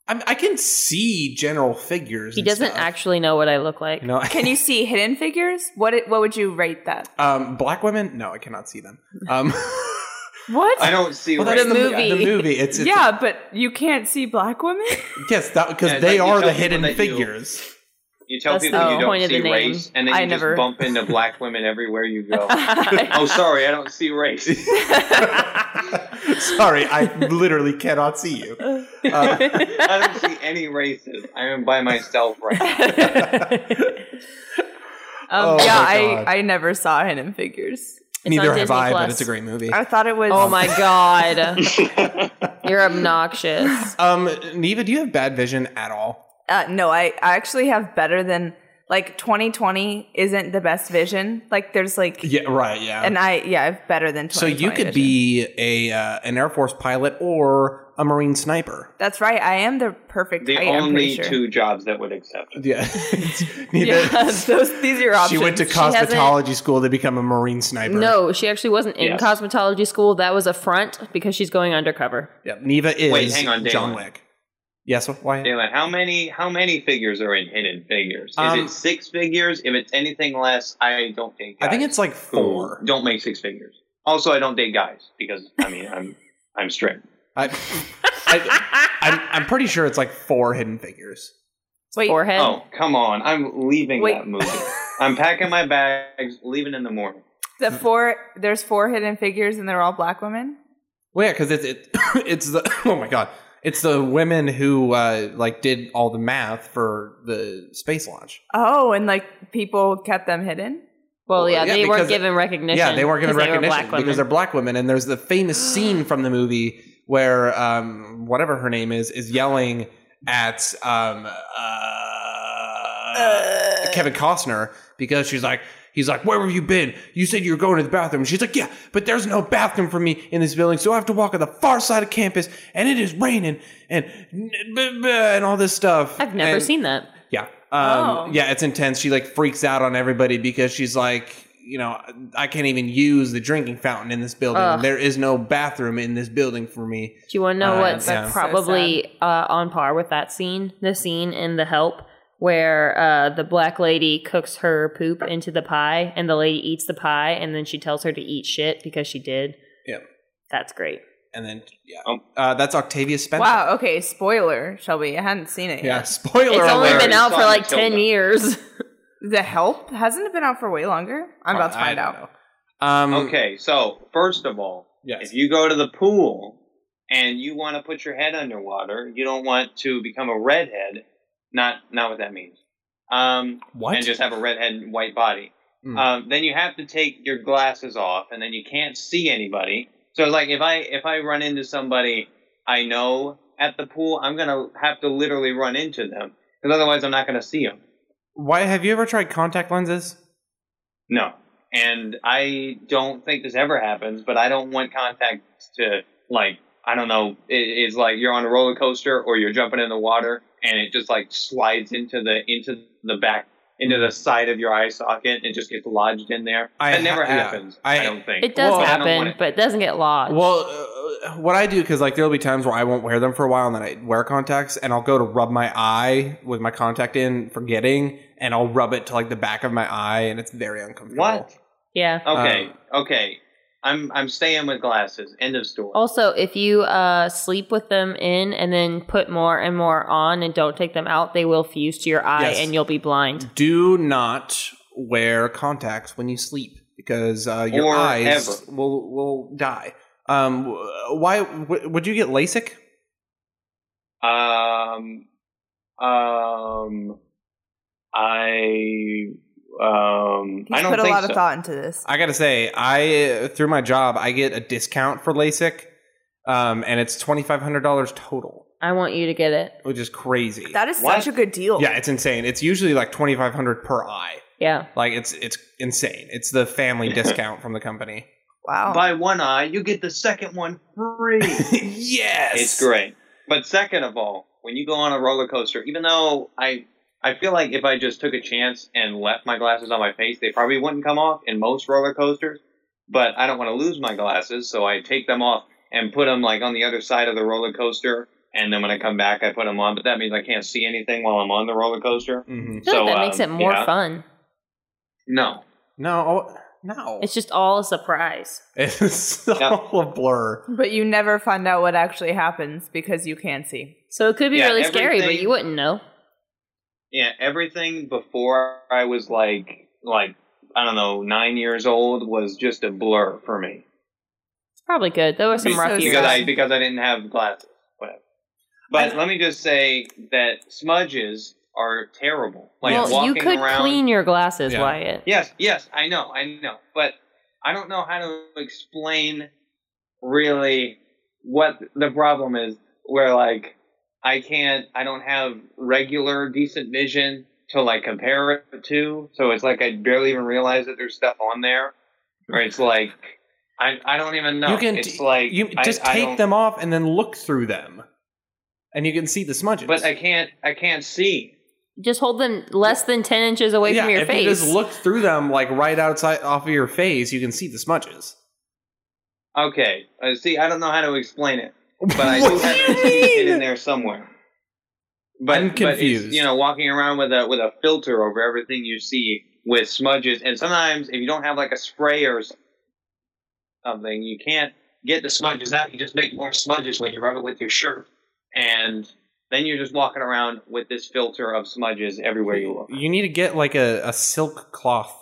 [SPEAKER 1] I'm, I can see general figures.
[SPEAKER 2] He
[SPEAKER 1] and
[SPEAKER 2] doesn't
[SPEAKER 1] stuff.
[SPEAKER 2] actually know what I look like.
[SPEAKER 1] No.
[SPEAKER 4] Can you see Hidden Figures? What it, what would you rate that?
[SPEAKER 1] Um, black women? No, I cannot see them. Um,
[SPEAKER 4] What?
[SPEAKER 3] I don't see
[SPEAKER 1] well,
[SPEAKER 3] right.
[SPEAKER 1] that's
[SPEAKER 2] The movie.
[SPEAKER 1] The movie. It's, it's
[SPEAKER 4] yeah, but you can't see black women.
[SPEAKER 1] Yes, that because
[SPEAKER 3] Yeah, it's
[SPEAKER 1] they
[SPEAKER 3] like you
[SPEAKER 1] are
[SPEAKER 3] tell
[SPEAKER 1] the
[SPEAKER 3] people
[SPEAKER 1] hidden
[SPEAKER 3] that you-
[SPEAKER 1] figures.
[SPEAKER 3] You tell
[SPEAKER 2] That's
[SPEAKER 3] people
[SPEAKER 2] the
[SPEAKER 3] you don't
[SPEAKER 2] point of the
[SPEAKER 3] see
[SPEAKER 2] name.
[SPEAKER 3] race, and then you
[SPEAKER 4] I
[SPEAKER 3] just
[SPEAKER 4] never-
[SPEAKER 3] bump into black women everywhere you go.
[SPEAKER 2] I
[SPEAKER 3] oh, sorry, I don't see race.
[SPEAKER 1] Sorry, I literally cannot see you. Uh,
[SPEAKER 3] I don't see any races. I am by myself right now.
[SPEAKER 4] Um,
[SPEAKER 1] Oh
[SPEAKER 4] yeah,
[SPEAKER 1] my God.
[SPEAKER 4] I, I never saw Hidden Figures.
[SPEAKER 1] neither
[SPEAKER 2] on
[SPEAKER 1] have
[SPEAKER 2] Disney
[SPEAKER 1] I, but
[SPEAKER 2] Plus.
[SPEAKER 1] it's a great movie.
[SPEAKER 4] I thought it was.
[SPEAKER 2] oh my god, you're obnoxious.
[SPEAKER 1] Um, Neva, do you have bad vision at all?
[SPEAKER 4] Uh, no, I, I actually have better than like 2020 isn't the best vision. Like there's like,
[SPEAKER 1] Yeah, right. Yeah.
[SPEAKER 4] and I yeah, I've better than 2020.
[SPEAKER 1] so you could
[SPEAKER 4] vision.
[SPEAKER 1] be a uh, an Air Force pilot or a Marine sniper.
[SPEAKER 4] That's right. I am the perfect.
[SPEAKER 3] The
[SPEAKER 4] height, I'm
[SPEAKER 3] only
[SPEAKER 4] pretty sure.
[SPEAKER 3] two jobs that would accept it.
[SPEAKER 1] Yeah.
[SPEAKER 4] Yeah,
[SPEAKER 1] Neva,
[SPEAKER 4] those these are your
[SPEAKER 1] she
[SPEAKER 4] options.
[SPEAKER 1] went to
[SPEAKER 2] hasn't-
[SPEAKER 1] cosmetology school to become a Marine sniper.
[SPEAKER 2] No, she actually wasn't in
[SPEAKER 3] Yes.
[SPEAKER 2] cosmetology school. That was a front because she's going undercover.
[SPEAKER 1] Yep. Neva is
[SPEAKER 3] Wait, hang on,
[SPEAKER 1] John
[SPEAKER 3] Dalen.
[SPEAKER 1] Wick. Yes. Why?
[SPEAKER 3] Dalen, how many how many figures are in hidden figures? Is
[SPEAKER 1] Um,
[SPEAKER 3] it six figures? If it's anything less, I don't date guys.
[SPEAKER 1] I think it's like
[SPEAKER 3] who
[SPEAKER 1] four.
[SPEAKER 3] Don't make six figures. Also, I don't date guys because I mean I'm I'm straight.
[SPEAKER 1] I, I, I'm, I'm pretty sure it's like four hidden figures.
[SPEAKER 4] Wait,
[SPEAKER 2] Forehead.
[SPEAKER 3] Oh come on! I'm leaving
[SPEAKER 4] Wait.
[SPEAKER 3] that movie. I'm packing my bags, leaving in the morning.
[SPEAKER 4] the four. There's four Hidden Figures, and they're all black women.
[SPEAKER 1] Well, yeah, because it's it, it's the oh my god, it's the women who uh, like did all the math for the space launch.
[SPEAKER 4] Oh, and like people kept them hidden.
[SPEAKER 2] Well, yeah,
[SPEAKER 1] Yeah,
[SPEAKER 2] they
[SPEAKER 1] because-
[SPEAKER 2] weren't given recognition.
[SPEAKER 1] Yeah, they weren't given
[SPEAKER 2] 'cause
[SPEAKER 1] recognition
[SPEAKER 2] They were black women.
[SPEAKER 1] because they're black women, and there's the famous scene from the movie where um, whatever her name is is yelling at um, uh, Kevin Costner because she's like, he's like, where have you been? You said you were going to the bathroom. She's like, yeah, but there's no bathroom for me in this building, so I have to walk on the far side of campus, and it is raining and and all this stuff.
[SPEAKER 2] I've never
[SPEAKER 1] And-
[SPEAKER 2] seen that.
[SPEAKER 1] yeah. Um,
[SPEAKER 4] Oh.
[SPEAKER 1] Yeah, it's intense. She like freaks out on everybody because she's like, you know, I can't even use the drinking fountain in this building.
[SPEAKER 2] Ugh.
[SPEAKER 1] There is no bathroom in this building for me.
[SPEAKER 2] Do you want to know
[SPEAKER 1] Uh,
[SPEAKER 2] what's
[SPEAKER 1] yeah. That's
[SPEAKER 4] so
[SPEAKER 2] probably uh, on par with that scene? The scene in The Help where uh, the black lady cooks her poop into the pie, and the lady eats the pie, and then she tells her to eat shit because she did.
[SPEAKER 1] Yep.
[SPEAKER 2] That's great.
[SPEAKER 1] And then, yeah,
[SPEAKER 3] Oh.
[SPEAKER 1] uh, that's Octavia Spencer.
[SPEAKER 4] Wow. Okay. Spoiler, Shelby. I hadn't seen it
[SPEAKER 1] Yeah,
[SPEAKER 4] yet.
[SPEAKER 1] spoiler
[SPEAKER 2] it's only
[SPEAKER 1] alert.
[SPEAKER 2] been out for
[SPEAKER 3] Saw
[SPEAKER 2] like
[SPEAKER 3] Matilda.
[SPEAKER 2] ten years.
[SPEAKER 4] The Help hasn't it been out for way longer? I'm about to
[SPEAKER 1] I
[SPEAKER 4] find
[SPEAKER 1] don't
[SPEAKER 4] out.
[SPEAKER 1] know. Um,
[SPEAKER 3] Okay, so first of all,
[SPEAKER 1] Yes.
[SPEAKER 3] if you go to the pool and you want to put your head underwater, you don't want to become a redhead. Not not what that means. Um,
[SPEAKER 1] What?
[SPEAKER 3] and just have a redhead and white body.
[SPEAKER 1] Mm.
[SPEAKER 3] Um, then you have to take your glasses off, and then you can't see anybody. So like if I if I run into somebody I know at the pool, I'm gonna have to literally run into them because otherwise I'm not gonna see them.
[SPEAKER 1] Why have you ever tried contact lenses?
[SPEAKER 3] No, and I don't think this ever happens. But I don't want contact to like I don't know. It, it's like you're on a roller coaster or you're jumping in the water, and it just like slides into the into the back into the side of your eye socket. It just gets lodged in there.
[SPEAKER 1] I
[SPEAKER 3] that never
[SPEAKER 1] ha- yeah.
[SPEAKER 3] happens.
[SPEAKER 1] I-
[SPEAKER 3] I, don't think
[SPEAKER 2] It does
[SPEAKER 1] Well, I
[SPEAKER 3] don't want
[SPEAKER 2] happen,
[SPEAKER 3] it.
[SPEAKER 2] but it doesn't get lodged.
[SPEAKER 1] Well, uh, what I do because like there'll be times where I won't wear them for a while, and then I wear contacts, and I'll go to rub my eye with my contact in, forgetting, and I'll rub it to like the back of my eye, and it's very uncomfortable.
[SPEAKER 3] What?
[SPEAKER 2] yeah.
[SPEAKER 3] Okay, okay. I'm I'm staying with glasses. End of story.
[SPEAKER 2] Also, if you uh, sleep with them in and then put more and more on and don't take them out, they will fuse to your eye
[SPEAKER 1] Yes.
[SPEAKER 2] and you'll be blind.
[SPEAKER 1] Do not wear contacts when you sleep because uh, your
[SPEAKER 3] Or
[SPEAKER 1] eyes
[SPEAKER 3] ever.
[SPEAKER 1] will will die. Um, wh- why w- would you get LASIK?
[SPEAKER 3] Um, um, I Um,
[SPEAKER 4] He's
[SPEAKER 3] I don't
[SPEAKER 4] put a
[SPEAKER 3] think
[SPEAKER 4] lot
[SPEAKER 3] so.
[SPEAKER 4] of thought into this.
[SPEAKER 1] I gotta say, I through my job, I get a discount for LASIK, um, and it's twenty five hundred dollars total,
[SPEAKER 2] I want you to get it.
[SPEAKER 1] which is crazy.
[SPEAKER 4] That is
[SPEAKER 3] What?
[SPEAKER 4] such a good deal.
[SPEAKER 1] yeah, it's insane. It's usually like twenty five hundred per eye.
[SPEAKER 2] Yeah.
[SPEAKER 1] Like it's it's insane. It's the family discount from the company.
[SPEAKER 4] Wow.
[SPEAKER 3] Buy one eye, you get the second one free.
[SPEAKER 1] yes,
[SPEAKER 3] It's great. But second of all, when you go on a roller coaster, even though I I feel like if I just took a chance and left my glasses on my face, they probably wouldn't come off in most roller coasters. But I don't want to lose my glasses, so I take them off and put them like on the other side of the roller coaster. And then when I come back, I put them on. But that means I can't see anything while I'm on the roller coaster.
[SPEAKER 1] hmm
[SPEAKER 2] I feel like
[SPEAKER 3] So,
[SPEAKER 2] that makes it
[SPEAKER 3] um,
[SPEAKER 2] more
[SPEAKER 3] yeah.
[SPEAKER 2] fun.
[SPEAKER 3] No,
[SPEAKER 1] No, oh, no,
[SPEAKER 2] It's just all a surprise.
[SPEAKER 1] it's all a blur.
[SPEAKER 4] But you never find out what actually happens because you can't see.
[SPEAKER 2] So it could be
[SPEAKER 3] Yeah,
[SPEAKER 2] really scary, but
[SPEAKER 3] everything-
[SPEAKER 2] you wouldn't know.
[SPEAKER 3] Yeah, everything before I was like like I don't know, nine years old was just a blur for me.
[SPEAKER 2] It's probably good. There were some
[SPEAKER 3] Be-
[SPEAKER 2] rough
[SPEAKER 4] Because
[SPEAKER 2] years.
[SPEAKER 3] because I because I didn't have glasses. Whatever. But let me just say that smudges are terrible. Like
[SPEAKER 2] well, you
[SPEAKER 3] walking
[SPEAKER 2] could
[SPEAKER 3] around.
[SPEAKER 2] clean your glasses,
[SPEAKER 1] Yeah.
[SPEAKER 2] Wyatt.
[SPEAKER 3] Yes, yes, I know, I know, but I don't know how to explain really what the problem is. Where like I can't, I don't have regular decent vision to like compare it to, so it's like I barely even realize that there's stuff on there. Or it's like I, I don't even know.
[SPEAKER 1] you can
[SPEAKER 3] it's
[SPEAKER 1] t-
[SPEAKER 3] like
[SPEAKER 1] you
[SPEAKER 3] I-
[SPEAKER 1] just
[SPEAKER 3] I
[SPEAKER 1] take
[SPEAKER 3] don't-
[SPEAKER 1] them off and then look through them, and you can see the smudges.
[SPEAKER 3] but I can't, I can't see.
[SPEAKER 2] Just hold them less than 10 inches away
[SPEAKER 1] yeah,
[SPEAKER 2] from your
[SPEAKER 1] if
[SPEAKER 2] face.
[SPEAKER 1] you just look through them like right outside off of your face, you can see the smudges.
[SPEAKER 3] Okay, uh, see, I don't know how to explain it, but I do have it in there somewhere. But,
[SPEAKER 1] I'm
[SPEAKER 3] but it's,
[SPEAKER 1] confused.
[SPEAKER 3] you know, walking around with a with a filter over everything you see with smudges, and sometimes if you don't have like a spray or something, you can't get the smudges out. You just make more smudges when you rub it with your shirt, and then you're just walking around with this filter of smudges everywhere you look.
[SPEAKER 1] You need to get like a, a silk cloth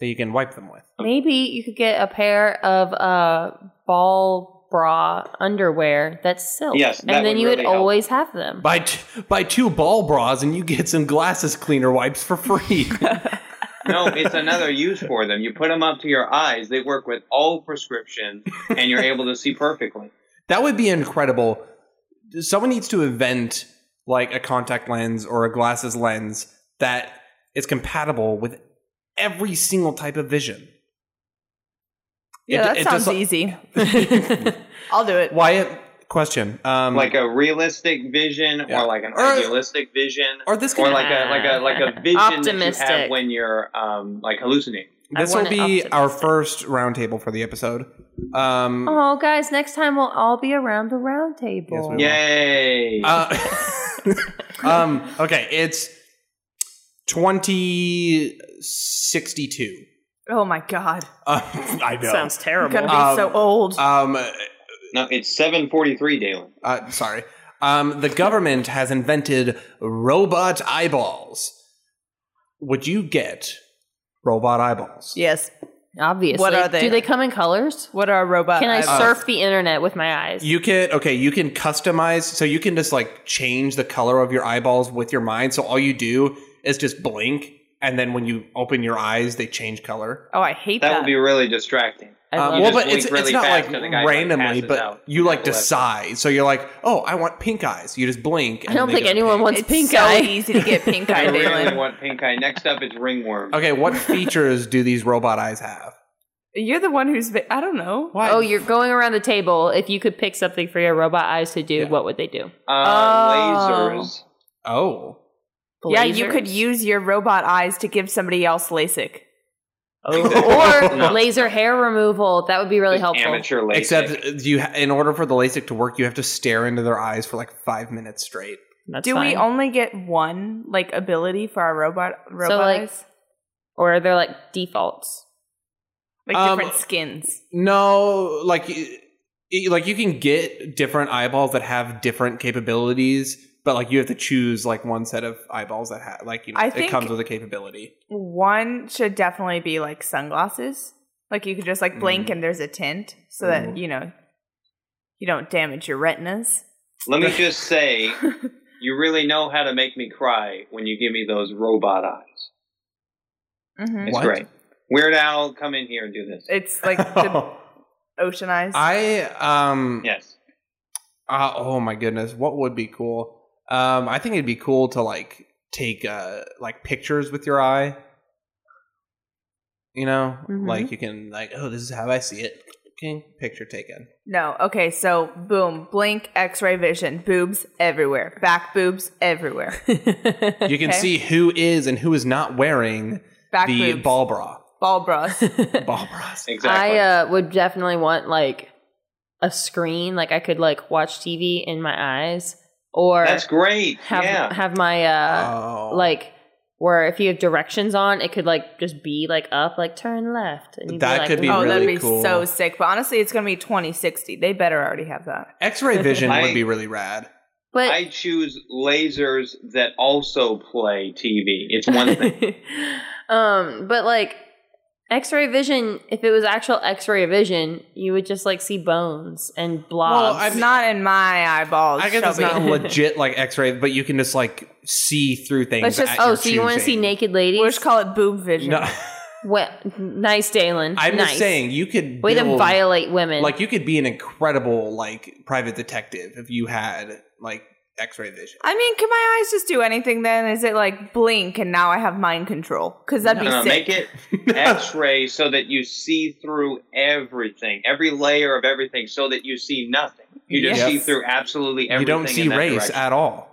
[SPEAKER 1] that you can wipe them with.
[SPEAKER 2] Maybe you could get a pair of uh, ball bra underwear that's silk.
[SPEAKER 3] Yes, that
[SPEAKER 2] and then
[SPEAKER 3] would
[SPEAKER 2] you would
[SPEAKER 3] really help.
[SPEAKER 2] always have them.
[SPEAKER 1] Buy t- buy two ball bras and you get some glasses cleaner wipes for free.
[SPEAKER 3] no, it's another use for them. You put them up to your eyes; they work with all prescription, and you're able to see perfectly.
[SPEAKER 1] that would be incredible. Someone needs to invent like a contact lens or a glasses lens that is compatible with every single type of vision.
[SPEAKER 4] Yeah,
[SPEAKER 1] It-
[SPEAKER 4] that
[SPEAKER 1] it
[SPEAKER 4] sounds
[SPEAKER 1] just-
[SPEAKER 4] easy. I'll do it.
[SPEAKER 1] Wyatt, question. Um,
[SPEAKER 3] like a realistic vision
[SPEAKER 1] Yeah.
[SPEAKER 3] or like an
[SPEAKER 1] Or-
[SPEAKER 3] idealistic vision
[SPEAKER 1] or this
[SPEAKER 3] or
[SPEAKER 1] can
[SPEAKER 3] like a like a like a vision
[SPEAKER 2] Optimistic.
[SPEAKER 3] that you have when you're um like hallucinating.
[SPEAKER 2] I
[SPEAKER 1] this will
[SPEAKER 2] want it
[SPEAKER 1] be our
[SPEAKER 2] optimistic.
[SPEAKER 1] first roundtable for the episode. Um,
[SPEAKER 2] oh, guys, next time we'll all be around the round table.
[SPEAKER 1] Yes, we will.
[SPEAKER 3] Yay.
[SPEAKER 1] Uh, um, okay, it's 2062.
[SPEAKER 4] Oh my god,
[SPEAKER 1] Um, I know.
[SPEAKER 2] Sounds
[SPEAKER 4] I'm
[SPEAKER 2] terrible.
[SPEAKER 4] gonna be
[SPEAKER 1] Um,
[SPEAKER 4] so old.
[SPEAKER 1] um,
[SPEAKER 3] no, it's 743 Dalen.
[SPEAKER 1] uh, sorry. Um, the government has invented robot eyeballs. Would you get robot eyeballs?
[SPEAKER 4] yes.
[SPEAKER 2] Obviously.
[SPEAKER 4] What are they? Uh,
[SPEAKER 2] Do they come in colors?
[SPEAKER 4] What are robot?
[SPEAKER 2] Can I
[SPEAKER 4] eyeballs?
[SPEAKER 2] surf the internet with my eyes?
[SPEAKER 1] You can okay. You can customize, so you can just like change the color of your eyeballs with your mind. So all you do is just blink, and then when you open your eyes, they change color.
[SPEAKER 4] Oh, I hate
[SPEAKER 3] That
[SPEAKER 4] that.
[SPEAKER 3] would be really distracting.
[SPEAKER 2] I
[SPEAKER 1] Um,
[SPEAKER 2] love
[SPEAKER 1] well,
[SPEAKER 2] it.
[SPEAKER 1] but
[SPEAKER 3] blink
[SPEAKER 1] it's,
[SPEAKER 3] really
[SPEAKER 1] it's not
[SPEAKER 3] fast
[SPEAKER 1] like
[SPEAKER 3] and the guy, like,
[SPEAKER 1] randomly,
[SPEAKER 3] passes
[SPEAKER 1] but
[SPEAKER 3] out.
[SPEAKER 1] you like
[SPEAKER 3] That's
[SPEAKER 1] decide. So you're like, oh, I want pink eyes. You just blink.
[SPEAKER 2] I don't
[SPEAKER 1] they
[SPEAKER 2] think
[SPEAKER 1] go
[SPEAKER 2] anyone
[SPEAKER 1] pink.
[SPEAKER 2] wants
[SPEAKER 4] it's
[SPEAKER 2] pink
[SPEAKER 4] so
[SPEAKER 2] eye.
[SPEAKER 4] easy to get pink
[SPEAKER 3] I
[SPEAKER 4] eye,
[SPEAKER 3] really
[SPEAKER 4] Dalen.
[SPEAKER 3] want pink eye. Next up is ringworm.
[SPEAKER 1] Okay, what features do these robot eyes have?
[SPEAKER 4] You're the one who's. va- I don't know.
[SPEAKER 1] Why?
[SPEAKER 2] Oh, you're going around the table. If you could pick something for your robot eyes to do,
[SPEAKER 1] Yeah.
[SPEAKER 2] what would they do?
[SPEAKER 3] Uh,
[SPEAKER 4] Oh.
[SPEAKER 3] lasers.
[SPEAKER 1] Oh,
[SPEAKER 4] Yeah, you could
[SPEAKER 2] Blazers?
[SPEAKER 4] use your robot eyes to give somebody else LASIK.
[SPEAKER 2] or
[SPEAKER 3] No.
[SPEAKER 2] laser hair removal. That would be really
[SPEAKER 3] Just
[SPEAKER 2] helpful.
[SPEAKER 3] Amateur LASIK.
[SPEAKER 1] except uh, you. ha- In order for the LASIK to work, you have to stare into their eyes for like five minutes straight.
[SPEAKER 2] That's
[SPEAKER 4] Do we
[SPEAKER 2] fine.
[SPEAKER 4] only get one like ability for our robot robot
[SPEAKER 2] like,
[SPEAKER 4] eyes?
[SPEAKER 2] or are there like defaults?
[SPEAKER 4] Like
[SPEAKER 1] um,
[SPEAKER 4] different skins.
[SPEAKER 1] No, like y- y- like you can get different eyeballs that have different capabilities, but like you have to choose like one set of eyeballs that have like you know
[SPEAKER 4] I
[SPEAKER 1] it
[SPEAKER 4] think-
[SPEAKER 1] comes with a capability.
[SPEAKER 4] One should definitely be like sunglasses. Like you could just like blink
[SPEAKER 1] Mm.
[SPEAKER 4] and there's a tint so
[SPEAKER 1] Mm.
[SPEAKER 4] that you know you don't damage your retinas.
[SPEAKER 3] Let me just say, you really know how to make me cry when you give me those robot eyes.
[SPEAKER 4] hmm
[SPEAKER 3] It's
[SPEAKER 1] What?
[SPEAKER 3] great. Weird Al, come in here and do this.
[SPEAKER 4] It's like the ocean eyes.
[SPEAKER 1] I um
[SPEAKER 3] Yes.
[SPEAKER 1] uh, oh my goodness, what would be cool? Um, I think it'd be cool to like take uh like pictures with your eye. You know,
[SPEAKER 2] Mm-hmm.
[SPEAKER 4] Mhm.
[SPEAKER 1] like you can like oh this is how I see it. Okay, picture taken.
[SPEAKER 4] no. Okay. So boom, blink, X-ray vision, boobs everywhere, back boobs everywhere,
[SPEAKER 1] You can
[SPEAKER 4] Okay.
[SPEAKER 1] see who is and who is not wearing
[SPEAKER 4] back
[SPEAKER 1] the
[SPEAKER 4] boobs,
[SPEAKER 1] ball bra.
[SPEAKER 4] ball bras.
[SPEAKER 1] Ball bras.
[SPEAKER 3] Exactly.
[SPEAKER 2] I uh, would definitely want like a screen, like I could like watch TV in my eyes, or
[SPEAKER 3] That's great.
[SPEAKER 2] have
[SPEAKER 3] yeah.
[SPEAKER 2] have my uh,
[SPEAKER 1] oh.
[SPEAKER 2] like where if you have directions on, it could like just be like up, like turn left, and you'd
[SPEAKER 1] That
[SPEAKER 2] like,
[SPEAKER 1] could be
[SPEAKER 2] "Ooh."
[SPEAKER 4] oh, that'd
[SPEAKER 1] really
[SPEAKER 4] be
[SPEAKER 1] cool.
[SPEAKER 4] so sick. But honestly, it's gonna be 2060. They better already have that.
[SPEAKER 1] X-ray vision
[SPEAKER 3] I-
[SPEAKER 1] would be really rad.
[SPEAKER 2] but
[SPEAKER 3] I choose lasers that also play TV. It's one thing.
[SPEAKER 2] um, but like X-ray vision, if it was actual X-ray vision, you would just like see bones and blobs.
[SPEAKER 1] I
[SPEAKER 4] It's
[SPEAKER 1] mean-
[SPEAKER 4] not in my eyeballs.
[SPEAKER 1] I guess it's
[SPEAKER 4] Shelby.
[SPEAKER 1] not legit like X-ray, but you can just like see through things.
[SPEAKER 4] Let's just-
[SPEAKER 1] at
[SPEAKER 2] oh,
[SPEAKER 1] your
[SPEAKER 2] so you want to see
[SPEAKER 1] choosing.
[SPEAKER 2] naked ladies?
[SPEAKER 4] We'll just call it boob vision.
[SPEAKER 1] No,
[SPEAKER 2] well, nice, Dalen.
[SPEAKER 1] I'm
[SPEAKER 2] nice.
[SPEAKER 1] just saying you could
[SPEAKER 2] Way to
[SPEAKER 1] build-
[SPEAKER 2] violate women.
[SPEAKER 1] Like you could be an incredible like private detective if you had like X-ray vision.
[SPEAKER 4] I mean, can my eyes just do anything then? Is it like blink and now I have mind control? Because that'd be
[SPEAKER 3] No, no,
[SPEAKER 4] sick.
[SPEAKER 3] make it X-ray so that you see through everything, every layer of everything, so that you see nothing. You just
[SPEAKER 1] Yes.
[SPEAKER 3] see through absolutely
[SPEAKER 1] you
[SPEAKER 3] everything.
[SPEAKER 1] don't see
[SPEAKER 3] in that
[SPEAKER 1] race
[SPEAKER 3] direction.
[SPEAKER 1] at all.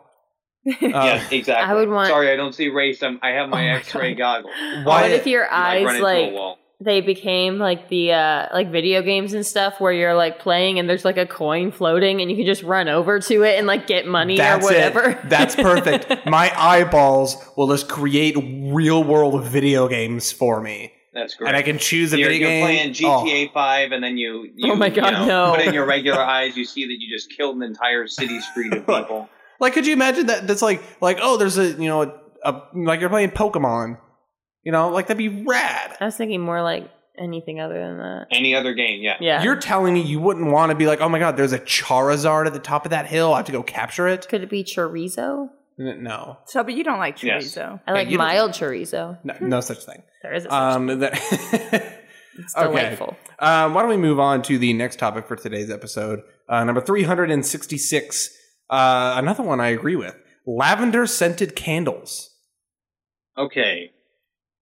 [SPEAKER 3] yeah,
[SPEAKER 1] Uh,
[SPEAKER 3] exactly.
[SPEAKER 2] I would want-
[SPEAKER 3] Sorry, I don't see race. I'm, I have my
[SPEAKER 2] Oh my
[SPEAKER 3] X-ray
[SPEAKER 2] God.
[SPEAKER 3] goggles.
[SPEAKER 1] Why-
[SPEAKER 2] what if your
[SPEAKER 3] I
[SPEAKER 2] eyes
[SPEAKER 3] run into a
[SPEAKER 2] like
[SPEAKER 3] wall.
[SPEAKER 2] they became like the uh like video games and stuff where you're like playing and there's like a coin floating and you can just run over to it and like get money
[SPEAKER 1] That's
[SPEAKER 2] or whatever.
[SPEAKER 1] it. That's perfect. My eyeballs will just create real world video games for me,
[SPEAKER 3] That's great.
[SPEAKER 1] and I can choose a
[SPEAKER 3] you're,
[SPEAKER 1] video
[SPEAKER 3] you're
[SPEAKER 1] game. Oh.
[SPEAKER 3] playing GTA Five, and then you, you
[SPEAKER 2] Oh my God,
[SPEAKER 3] you know,
[SPEAKER 2] no.
[SPEAKER 3] put in your regular eyes, you see that you just killed an entire city street of
[SPEAKER 1] Oh.
[SPEAKER 3] people.
[SPEAKER 1] Like, could you imagine that? That's like, like, oh, there's a you know, a, a like you're playing Pokemon. You know, like that'd be rad.
[SPEAKER 2] I was thinking more like anything other than that.
[SPEAKER 3] Any other game, yeah.
[SPEAKER 2] Yeah.
[SPEAKER 1] You're telling me you wouldn't want to be like, oh my god, there's a Charizard at the top of that hill. I have to go capture it.
[SPEAKER 2] Could it be chorizo?
[SPEAKER 1] N- No,
[SPEAKER 4] So, but you don't like
[SPEAKER 3] Yes.
[SPEAKER 4] chorizo.
[SPEAKER 2] I
[SPEAKER 1] Yeah,
[SPEAKER 2] like
[SPEAKER 1] you don't-
[SPEAKER 2] mild chorizo.
[SPEAKER 1] no, no such thing.
[SPEAKER 2] There is a such
[SPEAKER 1] Um, that-
[SPEAKER 2] It's
[SPEAKER 1] okay.
[SPEAKER 2] delightful.
[SPEAKER 1] um, why don't we move on to the next topic for today's episode, uh, number three hundred and sixty-six. Uh, another one I agree with: lavender-scented candles.
[SPEAKER 3] Okay.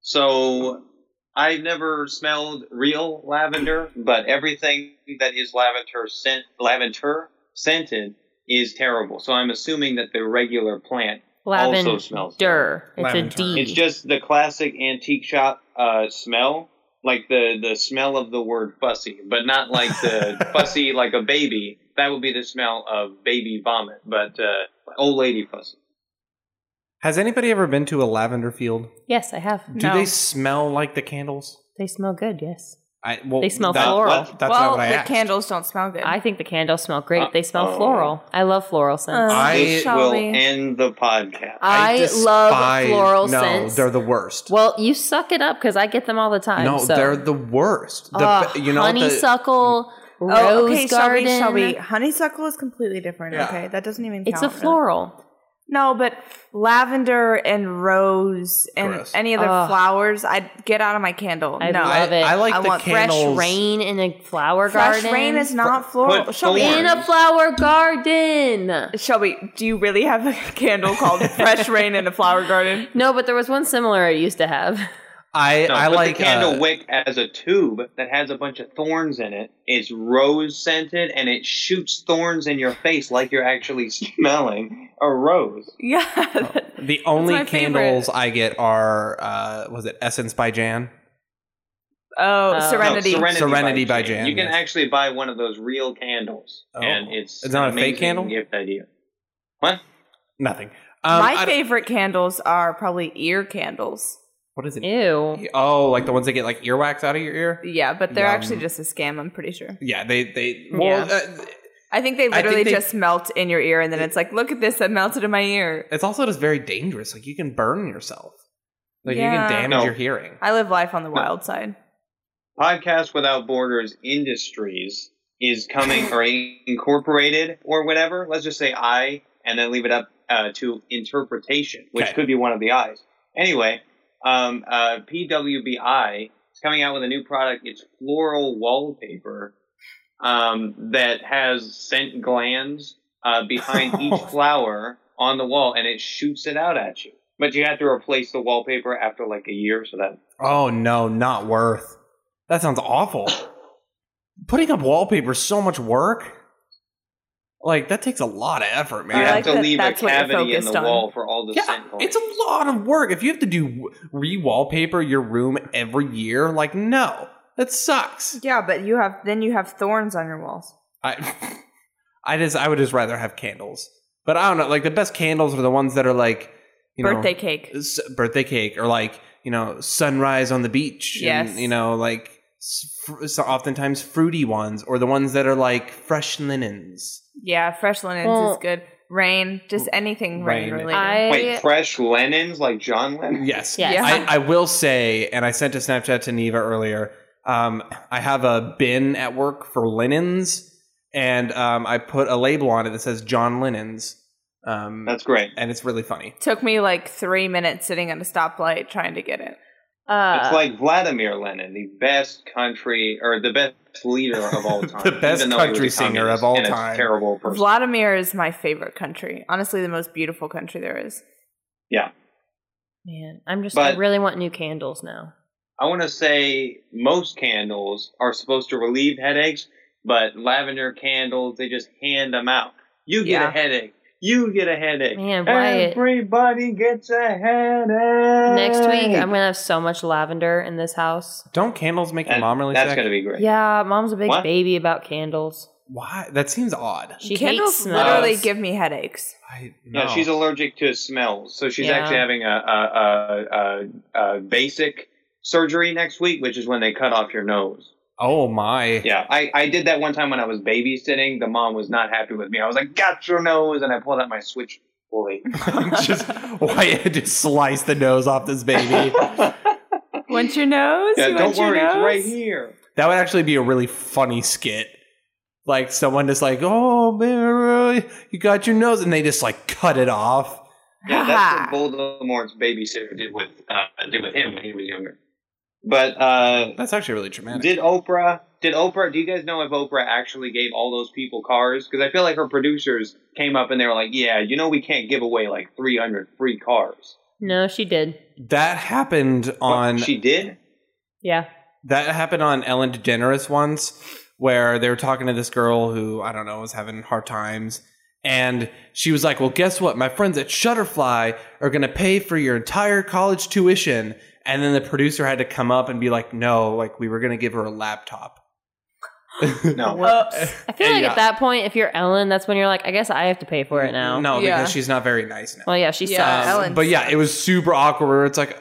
[SPEAKER 3] So I've never smelled real lavender, but everything that is lavender scent lavender scented is terrible. So I'm assuming that the regular plant also smells.
[SPEAKER 2] Lavender. It's
[SPEAKER 1] Lavender.
[SPEAKER 2] a D.
[SPEAKER 3] It's just the classic antique shop uh, smell, like the the smell of the word fussy, but not like the fussy like a baby. That would be the smell of baby vomit, but uh, old lady fussy.
[SPEAKER 1] Has anybody ever been to a lavender field?
[SPEAKER 2] yes, I have.
[SPEAKER 1] Do
[SPEAKER 4] No.
[SPEAKER 1] they smell like the candles?
[SPEAKER 2] They smell good, yes.
[SPEAKER 1] I,
[SPEAKER 3] Oh,
[SPEAKER 1] well,
[SPEAKER 2] They smell
[SPEAKER 1] that-
[SPEAKER 2] floral.
[SPEAKER 1] That's not
[SPEAKER 4] well,
[SPEAKER 1] what I
[SPEAKER 4] the
[SPEAKER 1] asked.
[SPEAKER 4] candles don't smell good.
[SPEAKER 2] I think the candles smell great.
[SPEAKER 3] Uh,
[SPEAKER 2] they smell
[SPEAKER 3] oh.
[SPEAKER 2] floral. I love floral scents.
[SPEAKER 4] Uh,
[SPEAKER 1] I
[SPEAKER 3] This
[SPEAKER 4] shall
[SPEAKER 3] will
[SPEAKER 4] we?
[SPEAKER 3] end the podcast.
[SPEAKER 2] I, love
[SPEAKER 1] despise-
[SPEAKER 2] floral
[SPEAKER 1] no,
[SPEAKER 2] scents.
[SPEAKER 1] they're the worst.
[SPEAKER 2] Well, you suck it up because I get them all the time.
[SPEAKER 1] no,
[SPEAKER 2] so.
[SPEAKER 1] they're the worst. The,
[SPEAKER 2] Ugh,
[SPEAKER 1] you know, the, Mm.
[SPEAKER 2] honeysuckle, rose
[SPEAKER 4] oh, okay,
[SPEAKER 2] garden.
[SPEAKER 4] Shelby, Shelby. Honeysuckle is completely different.
[SPEAKER 1] Yeah.
[SPEAKER 4] Okay, that doesn't even.
[SPEAKER 2] It's a
[SPEAKER 4] count, really.
[SPEAKER 2] floral.
[SPEAKER 4] No, but lavender and rose and
[SPEAKER 1] Gross.
[SPEAKER 4] any other
[SPEAKER 2] Ugh.
[SPEAKER 4] flowers, I'd get out of my candle.
[SPEAKER 2] I
[SPEAKER 4] no,
[SPEAKER 2] love it.
[SPEAKER 1] I like
[SPEAKER 4] I
[SPEAKER 1] the
[SPEAKER 4] want fresh
[SPEAKER 1] candles.
[SPEAKER 2] Fresh rain in a flower
[SPEAKER 4] fresh
[SPEAKER 2] garden.
[SPEAKER 4] rain is not floral.
[SPEAKER 3] put
[SPEAKER 4] Shelby,
[SPEAKER 2] in a flower garden.
[SPEAKER 4] Shelby, do you really have a candle called Fresh Rain in a Flower Garden?
[SPEAKER 2] No, but there was one similar I used to have.
[SPEAKER 1] I,
[SPEAKER 3] No,
[SPEAKER 1] I
[SPEAKER 3] but
[SPEAKER 1] like
[SPEAKER 3] the candle
[SPEAKER 1] uh,
[SPEAKER 3] wick as a tube that has a bunch of thorns in it. It's rose scented and it shoots thorns in your face like you're actually smelling a rose.
[SPEAKER 4] Yeah.
[SPEAKER 1] the only
[SPEAKER 4] my favorite.
[SPEAKER 1] candles I get are uh, was it Essence by Jan?
[SPEAKER 4] oh,
[SPEAKER 2] No,
[SPEAKER 4] Serenity.
[SPEAKER 3] No,
[SPEAKER 1] Serenity by Jan,
[SPEAKER 3] You can
[SPEAKER 1] yes.
[SPEAKER 3] actually buy one of those real candles,
[SPEAKER 1] Oh.
[SPEAKER 3] and it's
[SPEAKER 1] It's not a
[SPEAKER 3] an
[SPEAKER 1] fake
[SPEAKER 3] amazing
[SPEAKER 1] candle?
[SPEAKER 3] Gift idea.
[SPEAKER 1] Nothing. Um,
[SPEAKER 4] my
[SPEAKER 1] I-
[SPEAKER 4] favorite candles are probably ear candles.
[SPEAKER 1] What is it?
[SPEAKER 2] Ew.
[SPEAKER 1] Oh, like the ones that get like earwax out of your ear.
[SPEAKER 4] Yeah, but they're
[SPEAKER 1] Yum.
[SPEAKER 4] actually just a scam, I'm pretty sure.
[SPEAKER 1] Yeah, they they well, uh,
[SPEAKER 4] I think they
[SPEAKER 1] think
[SPEAKER 4] literally
[SPEAKER 1] they-
[SPEAKER 4] just melt in your ear and then it's like, look at this, that melted in my ear.
[SPEAKER 1] it's also just very dangerous. Like you can burn yourself. Like you
[SPEAKER 4] Yeah.
[SPEAKER 1] can damage
[SPEAKER 3] No.
[SPEAKER 1] your hearing.
[SPEAKER 4] I live life on the wild side.
[SPEAKER 3] Podcast Without Borders Industries is coming or incorporated or whatever. Let's just say I, and then leave it up uh, to interpretation, which
[SPEAKER 1] Okay.
[SPEAKER 3] could be one of the eyes. Anyway, um, uh, PWBI is coming out with a new product. It's floral wallpaper um, that has scent glands uh, behind each flower on the wall, and it shoots it out at you. But you have to replace the wallpaper after like a year, so that
[SPEAKER 1] Oh no, not worth. That sounds awful. Putting up wallpaper is so much work. Like that takes a lot of effort,
[SPEAKER 3] you
[SPEAKER 4] I
[SPEAKER 1] man.
[SPEAKER 3] have
[SPEAKER 4] like
[SPEAKER 3] to
[SPEAKER 4] that
[SPEAKER 3] leave a
[SPEAKER 4] that's what you're
[SPEAKER 3] cavity in the
[SPEAKER 4] focused on.
[SPEAKER 3] wall for all the
[SPEAKER 1] yeah,
[SPEAKER 3] scent glands.
[SPEAKER 1] it's a lot of work. If you have to do re-wallpaper your room every year, like no, that sucks.
[SPEAKER 4] Yeah, but you have then you have thorns on your walls.
[SPEAKER 1] I, I just I would just rather have candles. But I don't know. Like the best candles are the ones that are like you
[SPEAKER 4] Birthday
[SPEAKER 1] know,
[SPEAKER 4] cake.
[SPEAKER 1] s- birthday cake or like you know sunrise on the beach
[SPEAKER 4] Yes.
[SPEAKER 1] and you know like s- fr- so oftentimes fruity ones or the ones that are like fresh linens
[SPEAKER 4] Yeah, fresh linens
[SPEAKER 2] Well-
[SPEAKER 4] is good. Rain, just anything rain,
[SPEAKER 1] Rain.
[SPEAKER 4] related.
[SPEAKER 2] I
[SPEAKER 3] Wait, fresh Lennons like John Lennon?
[SPEAKER 1] yes
[SPEAKER 2] Mm. Yes.
[SPEAKER 1] I, I will say and i sent a snapchat to neva earlier um, i have a bin at work for linens and um, i put a label on it that says john linens um,
[SPEAKER 3] That's great.
[SPEAKER 1] and it's really funny
[SPEAKER 4] Took me like three minutes sitting at a stoplight trying to get it.
[SPEAKER 2] Uh,
[SPEAKER 3] It's like Vladimir Lenin, the best country or the best leader of all time.
[SPEAKER 1] The best
[SPEAKER 3] even though he was
[SPEAKER 1] country
[SPEAKER 3] a
[SPEAKER 1] singer
[SPEAKER 3] communist
[SPEAKER 1] of all
[SPEAKER 3] and a
[SPEAKER 1] time.
[SPEAKER 3] terrible person.
[SPEAKER 4] Vladimir is my favorite country. Honestly, the most beautiful country there is.
[SPEAKER 2] man, I'm just. I
[SPEAKER 3] But-
[SPEAKER 2] really want new candles now.
[SPEAKER 3] I want to say most candles are supposed to relieve headaches, but lavender candles they just hand them out. You get
[SPEAKER 4] Yeah.
[SPEAKER 3] a headache. You get a headache.
[SPEAKER 2] Man, Wyatt.
[SPEAKER 3] Everybody gets a headache.
[SPEAKER 2] Next week, I'm gonna have so much lavender in this house.
[SPEAKER 1] don't candles make your
[SPEAKER 3] And
[SPEAKER 1] mom really
[SPEAKER 3] That's
[SPEAKER 1] sick
[SPEAKER 3] gonna be great.
[SPEAKER 2] Yeah, mom's a big
[SPEAKER 3] What?
[SPEAKER 2] baby about candles.
[SPEAKER 1] why that seems odd
[SPEAKER 2] She hates
[SPEAKER 4] Candles
[SPEAKER 2] smells.
[SPEAKER 4] literally give me headaches.
[SPEAKER 1] I,
[SPEAKER 3] Yeah,
[SPEAKER 1] no.
[SPEAKER 3] she's allergic to smells, so she's
[SPEAKER 2] Yeah.
[SPEAKER 3] actually having a, a, a, a, a basic surgery next week, which is when they cut off your nose.
[SPEAKER 1] oh my
[SPEAKER 3] Yeah, I, I did that one time when I was babysitting. The mom was not happy with me. I was like, "Got your nose," and I pulled out my switchblade.
[SPEAKER 1] just why just slice the nose off this baby.
[SPEAKER 4] Want your nose?
[SPEAKER 3] Yeah,
[SPEAKER 4] you
[SPEAKER 3] don't
[SPEAKER 4] want your
[SPEAKER 3] worry, it's right
[SPEAKER 4] nose?
[SPEAKER 3] here.
[SPEAKER 1] that would actually be a really funny skit. Like someone just like, oh man, you got your nose, and they just like cut it off.
[SPEAKER 3] Yeah, that's what Voldemort's babysitter did with uh, did with him when he was younger. But uh,
[SPEAKER 1] That's actually really traumatic.
[SPEAKER 3] did Oprah? Did Oprah? Do you guys know if Oprah actually gave all those people cars? Because I feel like her producers came up and they were like, "Yeah, you know, we can't give away like 300 free cars."
[SPEAKER 2] No, she did.
[SPEAKER 1] that happened on
[SPEAKER 3] What, she did.
[SPEAKER 2] Yeah.
[SPEAKER 1] that happened on Ellen DeGeneres once, where they were talking to this girl who I don't know was having hard times, and she was like, "Well, guess what? My friends at Shutterfly are going to pay for your entire college tuition." And then the producer had to come up and be like, "No, like we were going to give her a laptop."
[SPEAKER 3] No.
[SPEAKER 4] Whoops.
[SPEAKER 2] I feel like
[SPEAKER 1] Yeah.
[SPEAKER 2] at that point, if you're Ellen, that's when you're like, I guess I have to pay for it now.
[SPEAKER 1] No,
[SPEAKER 4] Yeah.
[SPEAKER 1] because she's not very nice now.
[SPEAKER 2] Well, yeah, she
[SPEAKER 4] Yeah,
[SPEAKER 2] sucks.
[SPEAKER 1] Um,
[SPEAKER 4] Ellen
[SPEAKER 1] but yeah,
[SPEAKER 4] sucks.
[SPEAKER 1] it was super awkward. where It's like,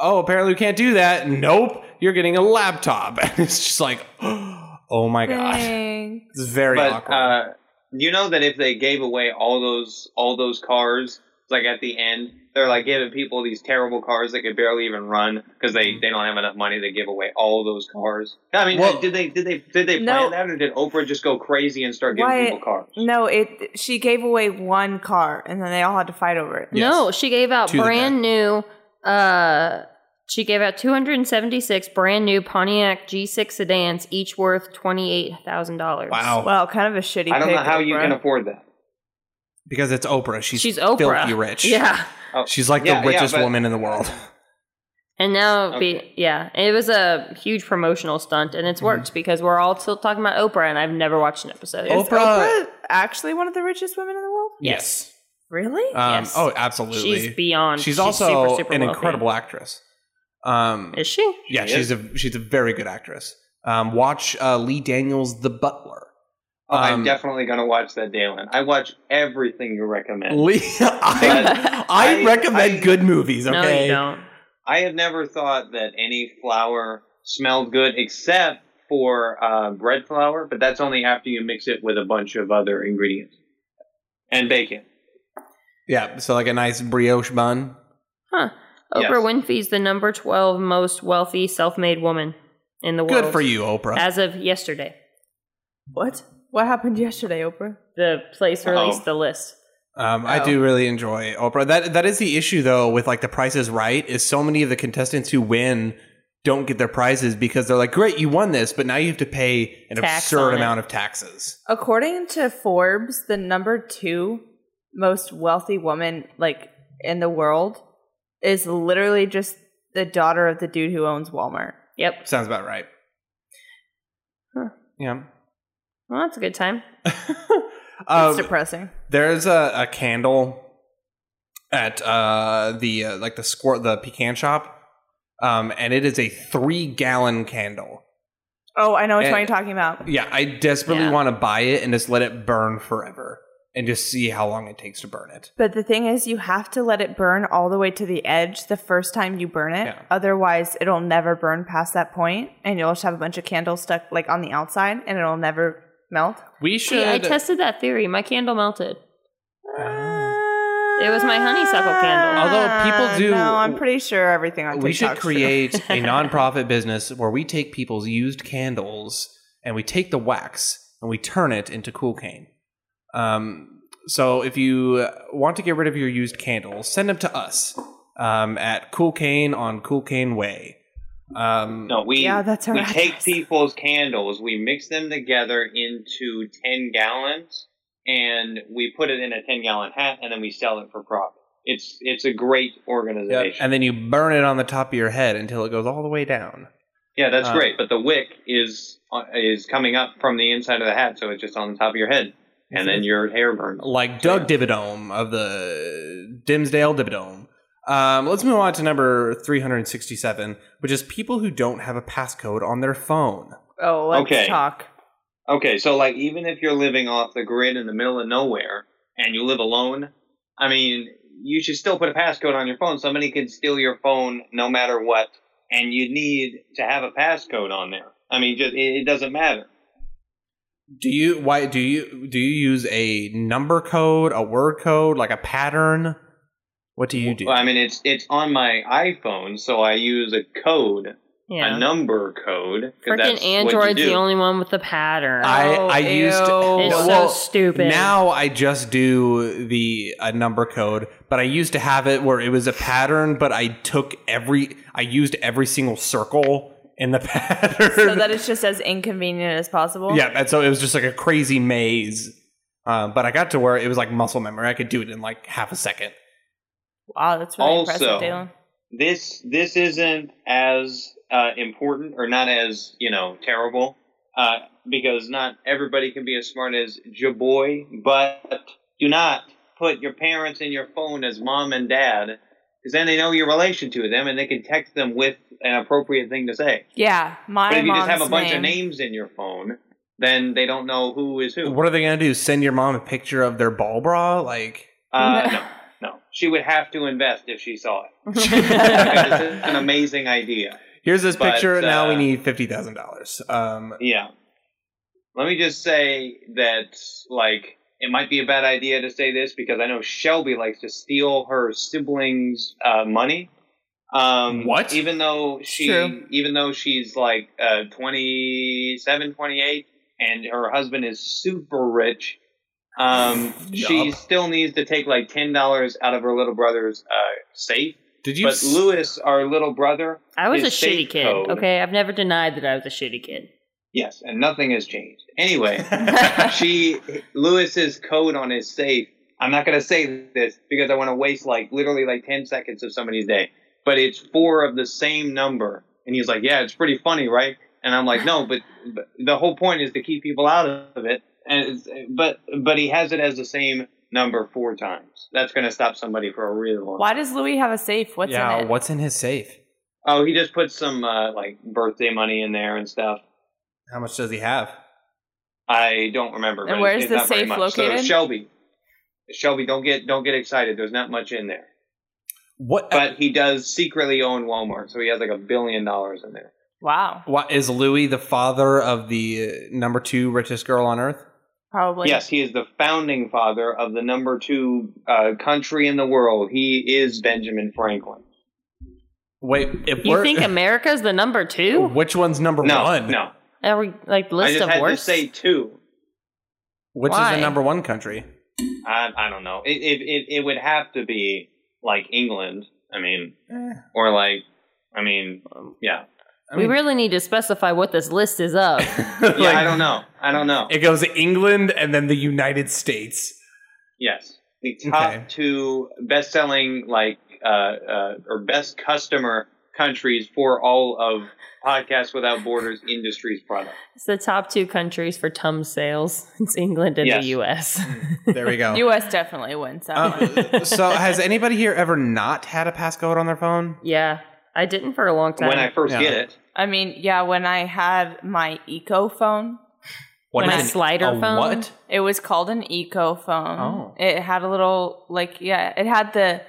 [SPEAKER 1] oh, apparently we can't do that. Nope, you're getting a laptop, and it's just like, oh my god,
[SPEAKER 4] Dang.
[SPEAKER 1] it's very
[SPEAKER 3] but
[SPEAKER 1] awkward.
[SPEAKER 3] uh, you know that if they gave away all those all those cars, like at the end, they're like giving people these terrible cars that could barely even run because they, they don't have enough money to give away all those cars. I mean,
[SPEAKER 1] Well-
[SPEAKER 3] did they did they did they plan
[SPEAKER 4] No.
[SPEAKER 3] that or did Oprah just go crazy and start giving
[SPEAKER 4] Why-
[SPEAKER 3] people cars?
[SPEAKER 4] No, it. She gave away one car, and then they all had to fight over it.
[SPEAKER 1] Yes.
[SPEAKER 2] No, she gave out
[SPEAKER 1] To the
[SPEAKER 2] brand new. Uh, she gave out 276 brand new Pontiac G6 sedans, each worth twenty eight thousand dollars.
[SPEAKER 1] wow,
[SPEAKER 4] Wow, kind of a shitty.
[SPEAKER 3] I don't
[SPEAKER 4] pick,
[SPEAKER 3] know how you
[SPEAKER 4] Oprah.
[SPEAKER 3] can afford that.
[SPEAKER 1] because it's Oprah. She's
[SPEAKER 2] she's Oprah.
[SPEAKER 1] filthy rich.
[SPEAKER 2] Yeah,
[SPEAKER 3] Oh,
[SPEAKER 1] she's like
[SPEAKER 3] yeah,
[SPEAKER 1] the
[SPEAKER 3] yeah,
[SPEAKER 1] richest
[SPEAKER 3] but-
[SPEAKER 1] woman in the world.
[SPEAKER 2] and now
[SPEAKER 3] Okay.
[SPEAKER 2] be yeah, it was a huge promotional stunt, and
[SPEAKER 1] Mm-hmm.
[SPEAKER 2] it's worked because we're all still talking about Oprah, and I've never watched an episode.
[SPEAKER 1] Oh,
[SPEAKER 4] Is
[SPEAKER 1] Oprah-
[SPEAKER 4] Oprah actually one of the richest women in the world?
[SPEAKER 1] Yes.
[SPEAKER 4] Really?
[SPEAKER 1] Um,
[SPEAKER 2] Yes.
[SPEAKER 1] Oh, absolutely.
[SPEAKER 2] she's beyond.
[SPEAKER 1] She's also
[SPEAKER 2] super, super
[SPEAKER 1] an
[SPEAKER 2] wealthy.
[SPEAKER 1] incredible actress. Um,
[SPEAKER 2] Is she?
[SPEAKER 1] yeah,
[SPEAKER 3] She
[SPEAKER 1] she's a she's a very good actress. Um, watch uh, Lee Daniels, The Butler.
[SPEAKER 3] Oh, I'm
[SPEAKER 1] Um,
[SPEAKER 3] definitely gonna watch that, Dalen. I watch everything you recommend.
[SPEAKER 1] Lee, I, I,
[SPEAKER 3] I-
[SPEAKER 1] recommend
[SPEAKER 3] I-
[SPEAKER 1] good movies. Okay,
[SPEAKER 2] No, you don't.
[SPEAKER 3] I have never thought that any flour smelled good except for uh, bread flour, but that's only after you mix it with a bunch of other ingredients and bacon.
[SPEAKER 1] yeah. So like a nice brioche bun.
[SPEAKER 2] Huh. Oprah
[SPEAKER 3] Yes.
[SPEAKER 2] Winfrey's the number 12 most wealthy self made woman in the world.
[SPEAKER 1] Good for you, Oprah.
[SPEAKER 2] As of yesterday,
[SPEAKER 4] What? What happened yesterday, Oprah?
[SPEAKER 2] the place
[SPEAKER 3] Uh-oh.
[SPEAKER 2] released the list.
[SPEAKER 1] Um, I
[SPEAKER 4] Oh.
[SPEAKER 1] do really enjoy Oprah. That that is the issue though with like the Price is Right is so many of the contestants who win don't get their prizes because they're like, great, you won this, but now you have to pay an
[SPEAKER 2] Tax on
[SPEAKER 1] absurd
[SPEAKER 2] it.
[SPEAKER 1] amount of taxes.
[SPEAKER 4] According to Forbes, the number two most wealthy woman like in the world is literally just the daughter of the dude who owns Walmart.
[SPEAKER 2] Yep.
[SPEAKER 1] Sounds about right.
[SPEAKER 4] Huh.
[SPEAKER 1] Yeah.
[SPEAKER 2] Well, that's a good time.
[SPEAKER 4] It's
[SPEAKER 1] Um,
[SPEAKER 4] depressing.
[SPEAKER 1] There's a, a candle at uh, the uh, like the squirt the pecan shop, um, and it is a three gallon candle.
[SPEAKER 4] Oh, I know which
[SPEAKER 1] and-
[SPEAKER 4] one you're talking about.
[SPEAKER 1] Yeah, I desperately
[SPEAKER 2] Yeah.
[SPEAKER 1] want to buy it and just let it burn forever and just see how long it takes to burn it.
[SPEAKER 4] But the thing is, you have to let it burn all the way to the edge the first time you burn it.
[SPEAKER 1] Yeah.
[SPEAKER 4] Otherwise, it'll never burn past that point, and you'll just have a bunch of candles stuck like on the outside, and it'll never melt.
[SPEAKER 1] We
[SPEAKER 2] See,
[SPEAKER 1] should.
[SPEAKER 2] I tested that theory. My candle melted.
[SPEAKER 1] Ah.
[SPEAKER 2] It was my honeysuckle candle.
[SPEAKER 1] Although people do-
[SPEAKER 4] Ah, No, I'm pretty sure everything on
[SPEAKER 1] we should
[SPEAKER 4] TikTok's true.
[SPEAKER 1] create a nonprofit business where we take people's used candles and we take the wax and we turn it into cool cane. Um, so if you uh, want to get rid of your used candles, send them to us um, at Cool Cane on Cool Cane Way. Um,
[SPEAKER 3] No, we
[SPEAKER 4] Yeah, that's our
[SPEAKER 3] we
[SPEAKER 4] address.
[SPEAKER 3] take people's candles, we mix them together into ten gallons, and we put it in a ten gallon hat, and then we sell it for profit. It's it's a great
[SPEAKER 1] yeah,
[SPEAKER 3] organization. Yeah,
[SPEAKER 1] and then you burn it on the top of your head until it goes all the way down.
[SPEAKER 3] that's
[SPEAKER 1] uh,
[SPEAKER 3] great. But the wick is uh, is coming up from the inside of the hat, so it's just on the top of your head, and then your hair burns.
[SPEAKER 1] like Doug Dividome of the Dimsdale Dividome. Um, let's move on to number 367, which is people who don't have a passcode on their phone.
[SPEAKER 4] Oh, let's
[SPEAKER 3] Okay.
[SPEAKER 4] talk.
[SPEAKER 3] Okay, so like even if you're living off the grid in the middle of nowhere and you live alone, I mean, you should still put a passcode on your phone. Somebody can steal your phone no matter what, and you need to have a passcode on there. I mean, just it, it doesn't matter.
[SPEAKER 1] Do you why do you do you use a number code, a word code, like a pattern? What do you do?
[SPEAKER 3] I mean, it's it's on my iPhone, so I use a code,
[SPEAKER 2] yeah.
[SPEAKER 3] a number code. 'cause that's
[SPEAKER 2] Freaking
[SPEAKER 3] what you
[SPEAKER 2] Android's
[SPEAKER 3] do.
[SPEAKER 2] the only one with the pattern.
[SPEAKER 1] I,
[SPEAKER 4] Oh,
[SPEAKER 1] I used
[SPEAKER 4] ew.
[SPEAKER 2] It's so
[SPEAKER 1] well,
[SPEAKER 2] stupid.
[SPEAKER 1] Now I just do the a number code, but I used to have it where it was a pattern, but I took every I used every single circle in the pattern.
[SPEAKER 4] So that it's just as inconvenient as possible.
[SPEAKER 1] yeah, and so it was just like a crazy maze. Uh, but I got to where it was like muscle memory. I could do it in like half a second.
[SPEAKER 4] Wow, that's really
[SPEAKER 3] Also-
[SPEAKER 4] impressive, Dalen.
[SPEAKER 3] this this isn't as uh, important or not as you know terrible uh, because not everybody can be as smart as your boy. But do not put your parents in your phone as mom and dad because then they know your relation to them and they can text them with an appropriate thing to say.
[SPEAKER 4] Yeah, my
[SPEAKER 3] but if you
[SPEAKER 4] mom's
[SPEAKER 3] just have a bunch
[SPEAKER 4] name,
[SPEAKER 3] of names in your phone, then they don't know who is who.
[SPEAKER 1] What are they gonna do? Send your mom a picture of their ball bra? Like
[SPEAKER 3] Uh, no, no, she would have to invest if she saw it. Okay, this is an amazing idea.
[SPEAKER 1] here's this
[SPEAKER 3] But,
[SPEAKER 1] picture. now we
[SPEAKER 3] uh,
[SPEAKER 1] need fifty thousand dollars. Um,
[SPEAKER 3] Yeah. Let me just say that, like, it might be a bad idea to say this because I know Shelby likes to steal her siblings' uh, money. Um,
[SPEAKER 1] What?
[SPEAKER 3] Even though she,
[SPEAKER 4] True.
[SPEAKER 3] even though she's like uh, 27, 28, and her husband is super rich, um, she
[SPEAKER 1] Yup.
[SPEAKER 3] still needs to take like ten dollars out of her little brother's uh, safe.
[SPEAKER 1] did you?
[SPEAKER 3] But
[SPEAKER 1] s-
[SPEAKER 3] Lewis, our little brother,
[SPEAKER 2] I was a
[SPEAKER 3] is
[SPEAKER 2] shitty
[SPEAKER 3] safe
[SPEAKER 2] kid.
[SPEAKER 3] code.
[SPEAKER 2] Okay, I've never denied that I was a shitty kid.
[SPEAKER 3] yes, and nothing has changed. Anyway. she Lewis's code on his safe. I'm not gonna say this because I want to waste like literally like ten seconds of somebody's day. But it's four of the same number, and he's like, "Yeah, it's pretty funny, right?" And I'm like, "No, but, but the whole point is to keep people out of it." And it's, but but he has it as the same number four times. That's gonna stop somebody for a really long.
[SPEAKER 4] Why does Louis have a safe? What's
[SPEAKER 1] yeah,
[SPEAKER 4] in it?
[SPEAKER 1] what's in his safe?
[SPEAKER 3] Oh, he just put some uh, like birthday money in there and stuff.
[SPEAKER 1] How much does he have?
[SPEAKER 3] I don't remember.
[SPEAKER 4] And
[SPEAKER 3] but
[SPEAKER 4] where's
[SPEAKER 3] it's
[SPEAKER 4] the
[SPEAKER 3] not very
[SPEAKER 4] safe
[SPEAKER 3] much.
[SPEAKER 4] located?
[SPEAKER 3] So Shelby, Shelby, don't get don't get excited. There's not much in there,
[SPEAKER 1] What?
[SPEAKER 3] but he does secretly own Walmart, so he has like a billion dollars in there.
[SPEAKER 4] Wow,
[SPEAKER 1] What is Louis the father of the uh, number two richest girl on earth?
[SPEAKER 4] probably.
[SPEAKER 3] yes, he is the founding father of the number two uh, country in the world. He is Benjamin Franklin.
[SPEAKER 1] Wait, if
[SPEAKER 2] You
[SPEAKER 1] we're
[SPEAKER 2] think America's the number two?
[SPEAKER 1] which one's number
[SPEAKER 3] No,
[SPEAKER 1] one?
[SPEAKER 3] no,
[SPEAKER 2] Are we like
[SPEAKER 3] I
[SPEAKER 2] list
[SPEAKER 3] just
[SPEAKER 2] of
[SPEAKER 3] had
[SPEAKER 2] worst?
[SPEAKER 3] to say two.
[SPEAKER 1] which is
[SPEAKER 2] Why?
[SPEAKER 1] the number one country?
[SPEAKER 3] I, I don't know. It, it it it would have to be like England. I mean,
[SPEAKER 1] Eh.
[SPEAKER 3] or like, I mean, um, yeah,
[SPEAKER 1] I mean,
[SPEAKER 2] we really need to specify what this list is of.
[SPEAKER 1] like,
[SPEAKER 3] yeah. I don't know. I don't know.
[SPEAKER 1] It goes to England and then the United States.
[SPEAKER 3] Yes. The top
[SPEAKER 1] Okay.
[SPEAKER 3] two best selling, like, uh, uh, or best customer countries for all of Podcasts Without Borders Industries product.
[SPEAKER 2] it's the top two countries for Tums sales. It's England and
[SPEAKER 3] Yes. Mm.
[SPEAKER 2] the U.S.
[SPEAKER 1] There we go.
[SPEAKER 4] U.S. definitely wins. that one.
[SPEAKER 1] Um, so, has anybody here ever not had a passcode on their phone?
[SPEAKER 2] yeah, I didn't for a long time.
[SPEAKER 3] When I first
[SPEAKER 1] Yeah.
[SPEAKER 3] get it,
[SPEAKER 4] I mean, yeah, when I had my eco phone,
[SPEAKER 1] What
[SPEAKER 2] When
[SPEAKER 1] is
[SPEAKER 2] a
[SPEAKER 1] an-
[SPEAKER 2] slider
[SPEAKER 1] a
[SPEAKER 2] phone?
[SPEAKER 1] What?
[SPEAKER 4] it was called an eco phone.
[SPEAKER 1] Oh.
[SPEAKER 4] It had a little like yeah, it had the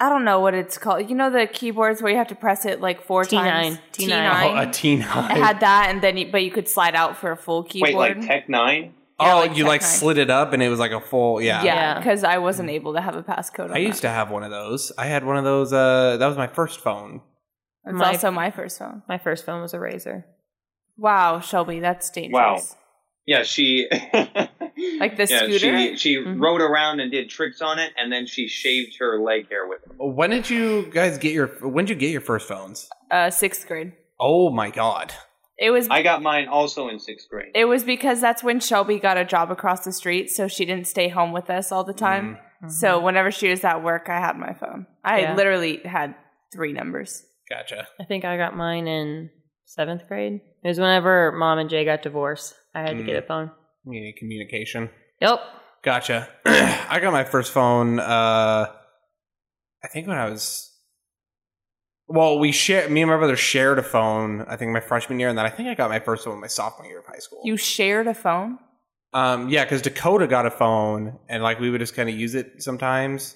[SPEAKER 4] I don't know what it's called. You know the keyboards where you have to press it like 4
[SPEAKER 2] T9.
[SPEAKER 4] times.
[SPEAKER 2] T9.
[SPEAKER 1] Oh, a
[SPEAKER 4] T9.
[SPEAKER 1] T nine.
[SPEAKER 4] it had that and then you, but you could slide out for a full keyboard.
[SPEAKER 3] wait, like Tech Nine?
[SPEAKER 1] oh,
[SPEAKER 4] like
[SPEAKER 1] you
[SPEAKER 4] that
[SPEAKER 1] like
[SPEAKER 4] kind.
[SPEAKER 1] slid it up and it was like a full. Yeah. Mm.
[SPEAKER 4] Yeah,
[SPEAKER 2] Yeah.
[SPEAKER 4] because I wasn't able to have a passcode. On
[SPEAKER 1] I used to have one of those. I had one of those. Uh, that was my first phone.
[SPEAKER 4] It's
[SPEAKER 2] My-
[SPEAKER 4] also my first phone.
[SPEAKER 2] My first phone was a razor.
[SPEAKER 4] Wow, Shelby, that's dangerous.
[SPEAKER 3] Yeah, she.
[SPEAKER 4] Like the
[SPEAKER 3] yeah,
[SPEAKER 4] scooter? Mm-hmm.
[SPEAKER 3] She, she
[SPEAKER 2] Mhm.
[SPEAKER 3] rode around and did tricks on it, and then she shaved her leg hair with it.
[SPEAKER 1] When did you guys get your? When did you get your first phones?
[SPEAKER 4] Uh, sixth grade.
[SPEAKER 1] Oh my god.
[SPEAKER 4] It was
[SPEAKER 3] I got mine also in sixth grade.
[SPEAKER 4] It was because that's when Shelby got a job across the street, so she didn't stay home with us all the time.
[SPEAKER 1] Mm-hmm.
[SPEAKER 4] So whenever she was at work, I had my phone. I
[SPEAKER 2] Mm-hmm. Yeah.
[SPEAKER 4] literally had three numbers.
[SPEAKER 1] Gotcha.
[SPEAKER 2] I think I got mine in seventh grade. It was whenever mom and Jay got divorced. I had to
[SPEAKER 1] Mm.
[SPEAKER 2] get a phone.
[SPEAKER 1] You need communication.
[SPEAKER 2] Yep.
[SPEAKER 1] Gotcha. I got my first phone. Uh, I think when I was. Well, we share. Me and my brother shared a phone. I think my freshman year, and then I think I got my first one my sophomore year of high school.
[SPEAKER 4] You shared a phone?
[SPEAKER 1] Um, yeah, because Dakota got a phone, and like we would just kind of use it sometimes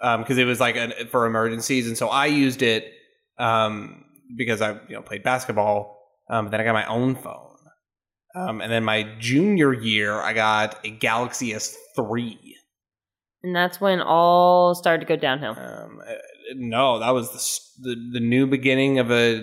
[SPEAKER 1] because it was like an, for emergencies, and so I used it um, because I you know played basketball. Um, then I got my own phone, um, and then my junior year I got a Galaxy S three.
[SPEAKER 2] And that's when all started to go downhill.
[SPEAKER 1] Um, uh, no, that was the, s- the the new beginning of a,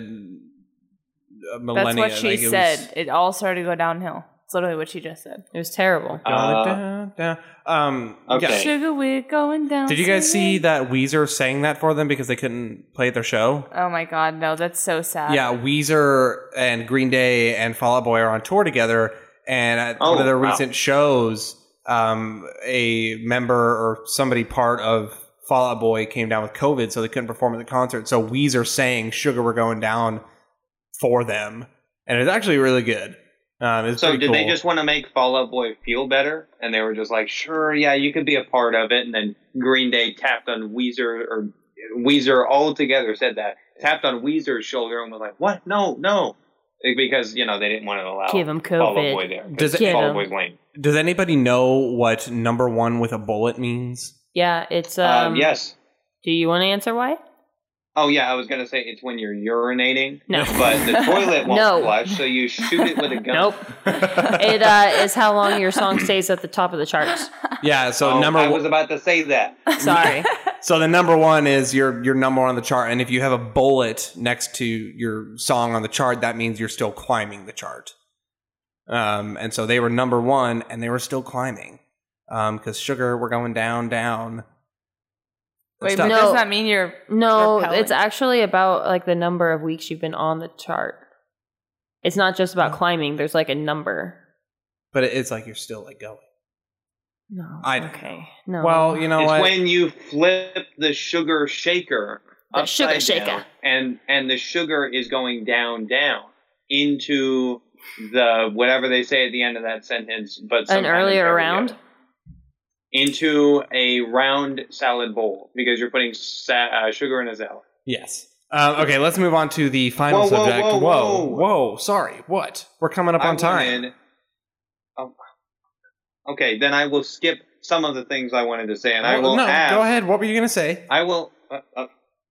[SPEAKER 1] a millennia.
[SPEAKER 4] That's what she
[SPEAKER 1] Like, it was-
[SPEAKER 4] said. It all started to go downhill. It's literally what she just said.
[SPEAKER 2] It was terrible.
[SPEAKER 1] Da,
[SPEAKER 3] Uh,
[SPEAKER 1] da, da. Um,
[SPEAKER 3] okay.
[SPEAKER 1] yeah,
[SPEAKER 4] Sugar, we're going down.
[SPEAKER 1] Did you guys see
[SPEAKER 4] tonight.
[SPEAKER 1] that Weezer sang that for them because they couldn't play at their show?
[SPEAKER 4] Oh my god, no, that's so sad.
[SPEAKER 1] yeah, Weezer and Green Day and Fall Out Boy are on tour together, and at one
[SPEAKER 3] Oh,
[SPEAKER 1] of their
[SPEAKER 3] wow.
[SPEAKER 1] recent shows, um, a member or somebody part of Fall Out Boy came down with COVID, so they couldn't perform at the concert. So Weezer sang "Sugar We're Going Down" for them, and it's actually really good. Um, it's
[SPEAKER 3] So
[SPEAKER 1] pretty
[SPEAKER 3] did they
[SPEAKER 1] cool.
[SPEAKER 3] just want to make Fall Out Boy feel better, and they were just like, "Sure, yeah, you could be a part of it." And then Green Day tapped on Weezer or Weezer all together said that tapped on Weezer's shoulder and was like, "What? No, no," because you know they didn't want to allow
[SPEAKER 2] Give 'em
[SPEAKER 3] Fall
[SPEAKER 2] COVID.
[SPEAKER 3] Out Oh, Boy there. 'cause
[SPEAKER 1] Does it-
[SPEAKER 2] Get
[SPEAKER 3] Fall Out
[SPEAKER 2] 'em.
[SPEAKER 3] Boy's lame.
[SPEAKER 1] Does anybody know what number one with a bullet means?
[SPEAKER 2] Yeah, it's um,
[SPEAKER 3] um, yes.
[SPEAKER 2] Do you want to answer why?
[SPEAKER 3] Oh yeah, I was gonna say it's when you're urinating,
[SPEAKER 2] No.
[SPEAKER 3] but the toilet won't
[SPEAKER 2] No.
[SPEAKER 3] flush, so you shoot it with a gun.
[SPEAKER 2] Nope. it uh, is how long your song stays at the top of the charts.
[SPEAKER 1] Yeah, so
[SPEAKER 3] Oh,
[SPEAKER 1] number
[SPEAKER 3] I
[SPEAKER 1] one.
[SPEAKER 3] was about to say that.
[SPEAKER 2] Sorry.
[SPEAKER 1] So the number one is your your number one on the chart, and if you have a bullet next to your song on the chart, that means you're still climbing the chart. Um, and so they were number one, and they were still climbing because sugar, we're going down, down.
[SPEAKER 4] Wait,
[SPEAKER 1] Stop.
[SPEAKER 4] but
[SPEAKER 2] No.
[SPEAKER 4] does that mean you're
[SPEAKER 2] No,
[SPEAKER 4] Repelling.
[SPEAKER 2] it's actually about like the number of weeks you've been on the chart. It's not just about climbing. There's like a number.
[SPEAKER 1] But it- it's like you're still like going.
[SPEAKER 2] No.
[SPEAKER 1] I don't
[SPEAKER 2] okay. No.
[SPEAKER 1] Well, you know
[SPEAKER 3] it's
[SPEAKER 1] what?
[SPEAKER 3] when you flip the sugar shaker
[SPEAKER 2] The sugar
[SPEAKER 3] upside
[SPEAKER 2] shaker.
[SPEAKER 3] down, and and the sugar is going down down into the whatever they say at the end of that sentence but some
[SPEAKER 2] an
[SPEAKER 3] kind of
[SPEAKER 2] earlier
[SPEAKER 3] area.
[SPEAKER 2] round.
[SPEAKER 3] into a round salad bowl because you're putting sa- uh, sugar in a salad
[SPEAKER 1] yes. Um, okay, let's move on to the final
[SPEAKER 3] Whoa, whoa,
[SPEAKER 1] subject.
[SPEAKER 3] whoa,
[SPEAKER 1] whoa,
[SPEAKER 3] whoa.
[SPEAKER 1] whoa, sorry. What? We're coming up
[SPEAKER 3] I
[SPEAKER 1] on time.
[SPEAKER 3] wanted- oh, okay then i will skip some of the things i wanted to say and i
[SPEAKER 1] Well,
[SPEAKER 3] will
[SPEAKER 1] no,
[SPEAKER 3] add
[SPEAKER 1] go ahead. What were you gonna say?
[SPEAKER 3] I will. Uh, uh,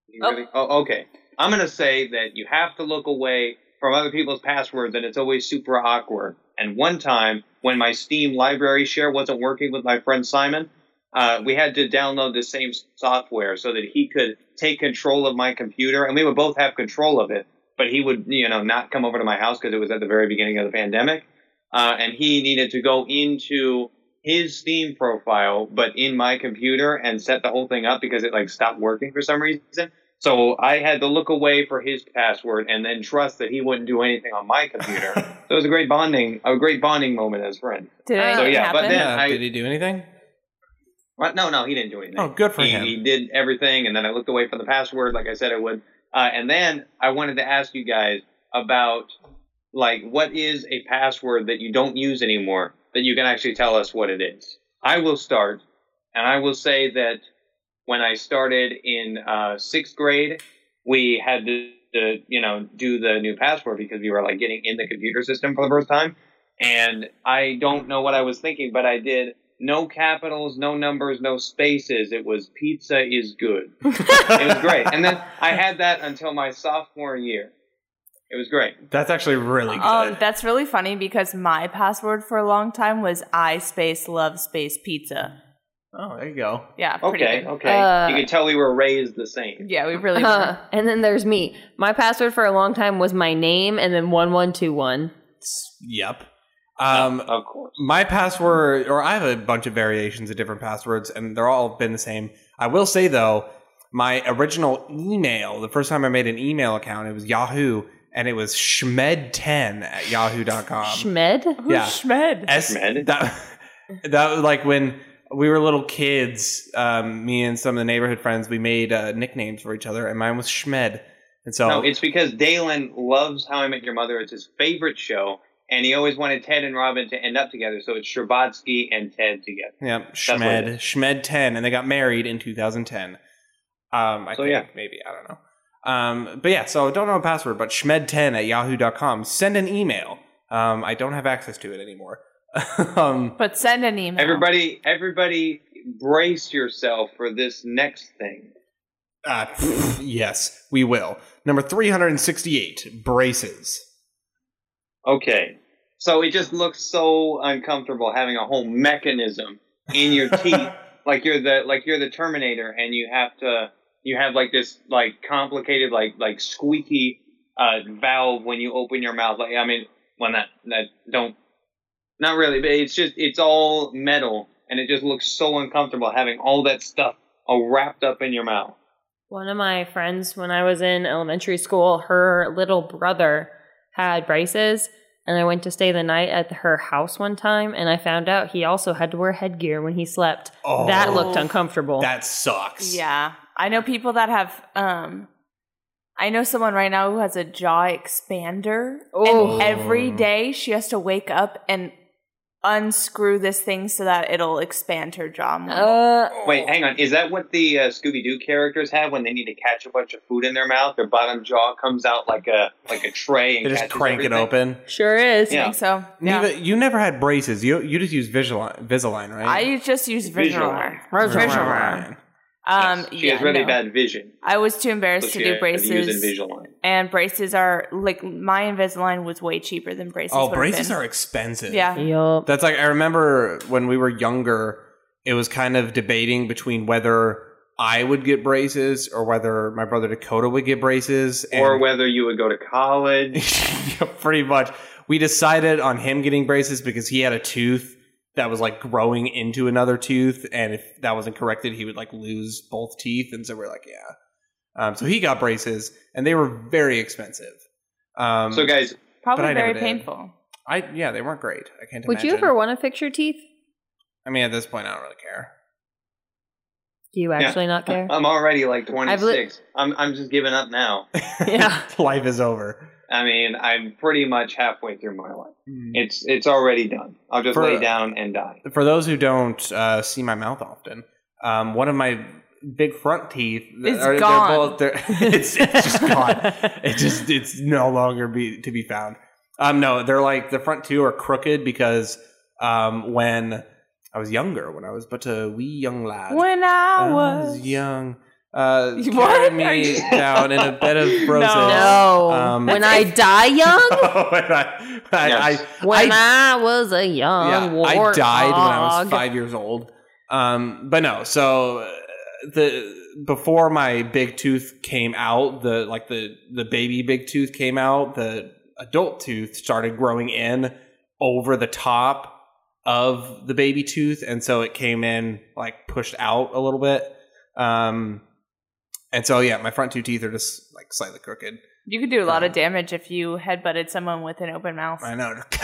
[SPEAKER 3] you
[SPEAKER 4] Oh.
[SPEAKER 3] ready? Oh, okay. I'm going to say that you have to look away from other people's passwords, and it's always super awkward. And one time, when my Steam library share wasn't working with my friend Simon, uh, we had to download the same software so that he could take control of my computer, and we would both have control of it. But he would, you know, not come over to my house because it was at the very beginning of the pandemic, uh, and he needed to go into his Steam profile, but in my computer and set the whole thing up because it like stopped working for some reason. So I had to look away for his password and then trust that he wouldn't do anything on my computer. so it was a great bonding, a great bonding moment as friends.
[SPEAKER 4] Did I
[SPEAKER 2] Uh,
[SPEAKER 3] So yeah, but
[SPEAKER 2] happened?
[SPEAKER 3] then
[SPEAKER 1] Yeah,
[SPEAKER 3] I
[SPEAKER 1] did he do anything?
[SPEAKER 3] well, no, no, he didn't do anything.
[SPEAKER 1] Oh, good for
[SPEAKER 3] he,
[SPEAKER 1] him.
[SPEAKER 3] He did everything, and then I looked away from the password, like I said I would. Uh, and then I wanted to ask you guys about like what is a password that you don't use anymore that you can actually tell us what it is. I will start, and I will say that when I started in uh, sixth grade, we had to, to you know do the new password because we were like getting in the computer system for the first time and I don't know what I was thinking, but I did no capitals, no numbers, no spaces. It was pizza is good. It was great. and then I had that until my sophomore year. It was great.
[SPEAKER 1] That's actually really good.
[SPEAKER 4] Um, that's really funny because my password for a long time was I space love space pizza.
[SPEAKER 1] oh, there you go.
[SPEAKER 4] Yeah, pretty
[SPEAKER 3] Okay,
[SPEAKER 4] good.
[SPEAKER 3] okay.
[SPEAKER 2] Uh,
[SPEAKER 3] you could tell we were raised the same.
[SPEAKER 4] Yeah, we really
[SPEAKER 2] Uh, and then there's me. My password for a long time was my name and then 1121.
[SPEAKER 1] S- Yep. Um,
[SPEAKER 3] of course.
[SPEAKER 1] my password, or I have a bunch of variations of different passwords, and they're all been the same. I will say though, my original email, the first time I made an email account, it was Yahoo, and it was schmed10 at
[SPEAKER 2] Um,
[SPEAKER 1] yahoo.com.
[SPEAKER 2] Schmed?
[SPEAKER 4] were.
[SPEAKER 1] yeah.
[SPEAKER 4] Who's Schmed?
[SPEAKER 1] S-
[SPEAKER 3] Schmed?
[SPEAKER 1] That, that was like when we were little kids, um, me and some of the neighborhood friends, we made uh, nicknames for each other, and mine was Schmed. And so,
[SPEAKER 3] No, it's because Dalen loves How I Met Your Mother. It's his favorite show, and he always wanted Ted and Robin to end up together. So it's Sherbatsky and Ted together.
[SPEAKER 1] yeah,
[SPEAKER 3] what it
[SPEAKER 1] Schmed, Schmed 10, and they got married in 2010. Um, I
[SPEAKER 3] So,
[SPEAKER 1] think,
[SPEAKER 3] yeah.
[SPEAKER 1] maybe, I don't know. Um, but yeah, so don't know a password, but Schmed10 at yahoo.com. Send an email. Um, I don't have access to it anymore. um,
[SPEAKER 4] But send an email.
[SPEAKER 3] Everybody, everybody, brace yourself for this next thing.
[SPEAKER 1] uh, pff, yes, we will. Number 368, braces.
[SPEAKER 3] Okay. So it just looks so uncomfortable having a whole mechanism in your teeth, like you're the like you're the Terminator, and you have to you have like this like complicated like like squeaky uh, valve when you open your mouth. Like I mean, when that that don't not really, but it's just it's all metal, and it just looks so uncomfortable having all that stuff all wrapped up in your mouth.
[SPEAKER 2] One of my friends, when I was in elementary school, her little brother had braces, and I went to stay the night at her house one time, and I found out he also had to wear headgear when he slept.
[SPEAKER 1] Oh,
[SPEAKER 2] that looked uncomfortable.
[SPEAKER 1] That sucks.
[SPEAKER 4] Yeah. I know people that have um I know someone right now who has a jaw expander
[SPEAKER 2] Oh.
[SPEAKER 4] and every day she has to wake up and unscrew this thing so that it'll expand her jaw more.
[SPEAKER 2] uh,
[SPEAKER 3] Wait, hang on. Is that what the uh, Scooby Doo characters have when they need to catch a bunch of food in their mouth? Their bottom jaw comes out like a like a tray and
[SPEAKER 1] They just
[SPEAKER 3] catches
[SPEAKER 1] crank
[SPEAKER 3] everything?
[SPEAKER 1] it open.
[SPEAKER 2] sure is.
[SPEAKER 4] I
[SPEAKER 3] Yeah.
[SPEAKER 4] think so. Yeah.
[SPEAKER 1] Neva, you never had braces. You you just use Visualign, Visualign right?
[SPEAKER 4] I just use Visualine.
[SPEAKER 3] Visualine.
[SPEAKER 4] Visualine. Um,
[SPEAKER 3] Yes. she
[SPEAKER 4] yeah,
[SPEAKER 3] has really
[SPEAKER 4] no.
[SPEAKER 3] bad vision.
[SPEAKER 4] I was too
[SPEAKER 3] So
[SPEAKER 4] embarrassed
[SPEAKER 3] she
[SPEAKER 4] to
[SPEAKER 3] had
[SPEAKER 4] do
[SPEAKER 3] to
[SPEAKER 4] braces,
[SPEAKER 3] use Invisalign.
[SPEAKER 4] and braces are like my Invisalign was way cheaper than braces.
[SPEAKER 1] Oh,
[SPEAKER 4] would have
[SPEAKER 1] braces
[SPEAKER 4] been.
[SPEAKER 1] are expensive.
[SPEAKER 4] Yeah.
[SPEAKER 2] Yup.
[SPEAKER 1] That's like I remember when we were younger, it was kind of debating between whether I would get braces or whether my brother Dakota would get braces. And
[SPEAKER 3] Or whether you would go to college.
[SPEAKER 1] Yeah, pretty much. We decided on him getting braces because he had a tooth that was like growing into another tooth, and if that wasn't corrected, he would like lose both teeth. And so we're like, yeah. Um, so he got braces, and they were very expensive. Um,
[SPEAKER 3] So guys,
[SPEAKER 1] But
[SPEAKER 4] Probably
[SPEAKER 1] I never
[SPEAKER 4] very
[SPEAKER 1] did.
[SPEAKER 4] painful.
[SPEAKER 1] I yeah, they weren't great. I can't.
[SPEAKER 2] Would you
[SPEAKER 1] imagine.
[SPEAKER 2] ever want to fix your teeth?
[SPEAKER 1] I mean, at this point, I don't really care.
[SPEAKER 2] Do you actually not care?
[SPEAKER 1] Uh,
[SPEAKER 3] I'm already like
[SPEAKER 2] I've
[SPEAKER 3] 26.
[SPEAKER 2] li-
[SPEAKER 3] I'm I'm just giving up now.
[SPEAKER 2] Yeah.
[SPEAKER 1] life is over.
[SPEAKER 3] I mean, I'm pretty much halfway through my life. It's it's already done. I'll just
[SPEAKER 1] For-
[SPEAKER 3] lay down and die.
[SPEAKER 1] For those who don't uh, see my mouth often, um, one of my big front teeth
[SPEAKER 4] It's
[SPEAKER 1] they're
[SPEAKER 4] gone.
[SPEAKER 1] both- they're- it's, it's just gone. It just it's no longer be to be found. Um, no, they're like the front two are crooked because um, when I was younger, when I was but a wee young lad,
[SPEAKER 4] When I was
[SPEAKER 1] young, uh,
[SPEAKER 4] What?
[SPEAKER 1] carried
[SPEAKER 4] Are
[SPEAKER 1] me
[SPEAKER 4] you-
[SPEAKER 1] down in a bed of roses.
[SPEAKER 2] No.
[SPEAKER 1] Um,
[SPEAKER 2] when I die young?
[SPEAKER 1] when I, I-
[SPEAKER 3] Yes.
[SPEAKER 1] I-
[SPEAKER 2] When
[SPEAKER 1] I-
[SPEAKER 2] I, was a young
[SPEAKER 1] yeah, I
[SPEAKER 2] warthog.
[SPEAKER 1] died when I was five years old. Um, but no, so uh, the before my big tooth came out, the like the the baby big tooth came out, the adult tooth started growing in over the top of the baby tooth, and so it came in like pushed out a little bit. Um, and so yeah, my front two teeth are just like slightly crooked.
[SPEAKER 4] You could do a lot of damage if you headbutted someone with an open mouth.
[SPEAKER 1] I know.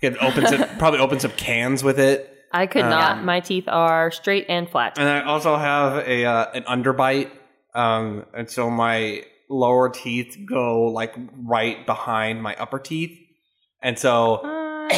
[SPEAKER 1] it opens it probably opens up cans with it.
[SPEAKER 2] I could not.
[SPEAKER 1] Um,
[SPEAKER 2] My teeth are straight and flat.
[SPEAKER 1] And I also have a uh, an underbite, um, and so my lower teeth go like right behind my upper teeth, and
[SPEAKER 4] Uh-huh.
[SPEAKER 1] so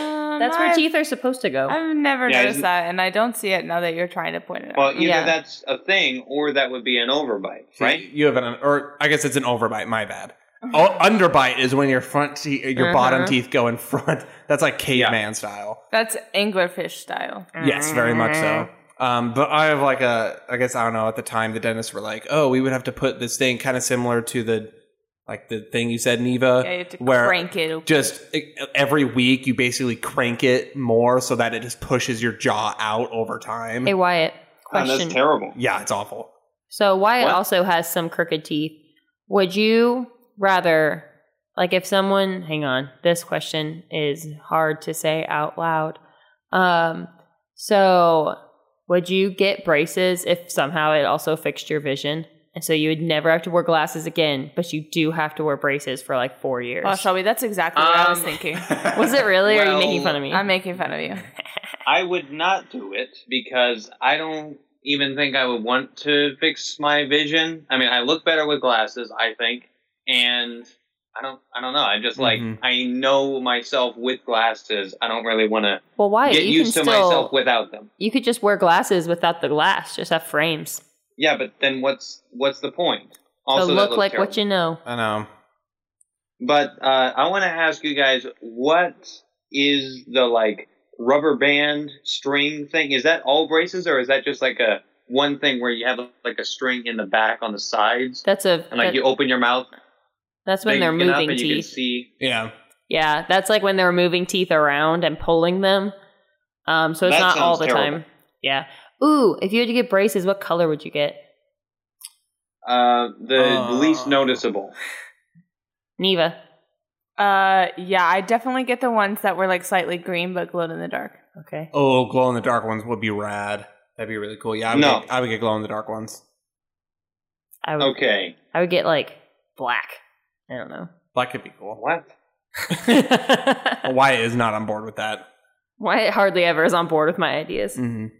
[SPEAKER 2] That's
[SPEAKER 4] That's
[SPEAKER 2] where teeth are supposed to
[SPEAKER 1] Oh.
[SPEAKER 2] go.
[SPEAKER 4] Um, I've never
[SPEAKER 3] Yeah,
[SPEAKER 4] noticed
[SPEAKER 3] isn't-
[SPEAKER 4] that, and I don't see it now that you're trying to point it out.
[SPEAKER 3] Well, either
[SPEAKER 2] Yeah.
[SPEAKER 3] that's a thing or that would be an overbite, right?
[SPEAKER 1] you have an or I guess it's an overbite. My bad. Oh, underbite is when your front te- your bottom
[SPEAKER 2] Uh-huh.
[SPEAKER 1] teeth go in front. That's like caveman style.
[SPEAKER 4] That's anglerfish style.
[SPEAKER 1] Yes, very much so. Um, but I have like a, I guess I don't know. At the time, the dentists were like, "Oh, we would have to put this thing kind of similar to the, like the thing you said, Neva,
[SPEAKER 4] Yeah, you have to
[SPEAKER 1] where
[SPEAKER 4] crank it. open.
[SPEAKER 1] just e- every week you basically crank it more so that it just pushes your jaw out over time.
[SPEAKER 2] hey Wyatt,
[SPEAKER 3] Oh, that's
[SPEAKER 2] question.
[SPEAKER 3] terrible.
[SPEAKER 1] yeah, it's awful.
[SPEAKER 2] so Wyatt
[SPEAKER 3] What?
[SPEAKER 2] also has some crooked teeth. Would you rather, like, if someone? Hang on, this question is hard to say out loud. Um, so would you get braces if somehow it also fixed your vision? And so you would never have to wear glasses again, but you do have to wear braces for like four years.
[SPEAKER 4] Well, Shelby, that's exactly what I was
[SPEAKER 3] Um,
[SPEAKER 4] thinking.
[SPEAKER 2] Was it really? or are you making
[SPEAKER 3] Well,
[SPEAKER 2] fun of me?
[SPEAKER 4] I'm making fun of you.
[SPEAKER 3] I would not do it because I don't even think I would want to fix my vision. I mean, I look better with glasses, I think, and I don't. I don't know. I'm just like
[SPEAKER 1] Mhm.
[SPEAKER 3] I know myself with glasses. I don't really want to
[SPEAKER 2] well, Wyatt,
[SPEAKER 3] get
[SPEAKER 2] you can
[SPEAKER 3] used to
[SPEAKER 2] still
[SPEAKER 3] myself without them.
[SPEAKER 2] you could just wear glasses without the glass, just have frames
[SPEAKER 3] Yeah, but then what's what's the point?
[SPEAKER 2] to
[SPEAKER 3] that
[SPEAKER 2] look
[SPEAKER 3] looks
[SPEAKER 2] like
[SPEAKER 3] terrible.
[SPEAKER 2] what you know.
[SPEAKER 1] I know.
[SPEAKER 3] But uh, I want to ask you guys, what is the like rubber band string thing? Is that all braces, or is that just like a one thing where you have like a string in the back on the sides,
[SPEAKER 2] That's a
[SPEAKER 3] and like
[SPEAKER 2] that-
[SPEAKER 3] you open your mouth,
[SPEAKER 2] that's when
[SPEAKER 3] big
[SPEAKER 2] they're
[SPEAKER 3] enough,
[SPEAKER 2] moving
[SPEAKER 3] and you can
[SPEAKER 2] teeth.
[SPEAKER 3] see.
[SPEAKER 1] Yeah.
[SPEAKER 2] Yeah, that's like when they're moving teeth around and pulling them. Um, so it's
[SPEAKER 3] That
[SPEAKER 2] not all
[SPEAKER 3] sounds
[SPEAKER 2] the
[SPEAKER 3] terrible.
[SPEAKER 2] time. Yeah. Ooh, if you had to get braces, what color would you get?
[SPEAKER 3] Uh, the
[SPEAKER 1] Oh.
[SPEAKER 3] least noticeable.
[SPEAKER 2] Neva.
[SPEAKER 4] Uh, yeah, I definitely get the ones that were like slightly green but glowed in the dark.
[SPEAKER 2] Okay.
[SPEAKER 1] Oh, glow in the dark ones would be rad. That'd be really cool. Yeah, I would,
[SPEAKER 3] No.
[SPEAKER 1] get, I would get glow in the dark ones.
[SPEAKER 2] I would.
[SPEAKER 3] Okay,
[SPEAKER 2] I would get like black. I don't know.
[SPEAKER 1] That could be cool.
[SPEAKER 3] what?
[SPEAKER 1] Wyatt is not on board with that.
[SPEAKER 2] Wyatt hardly ever is on board with my ideas.
[SPEAKER 3] Mm.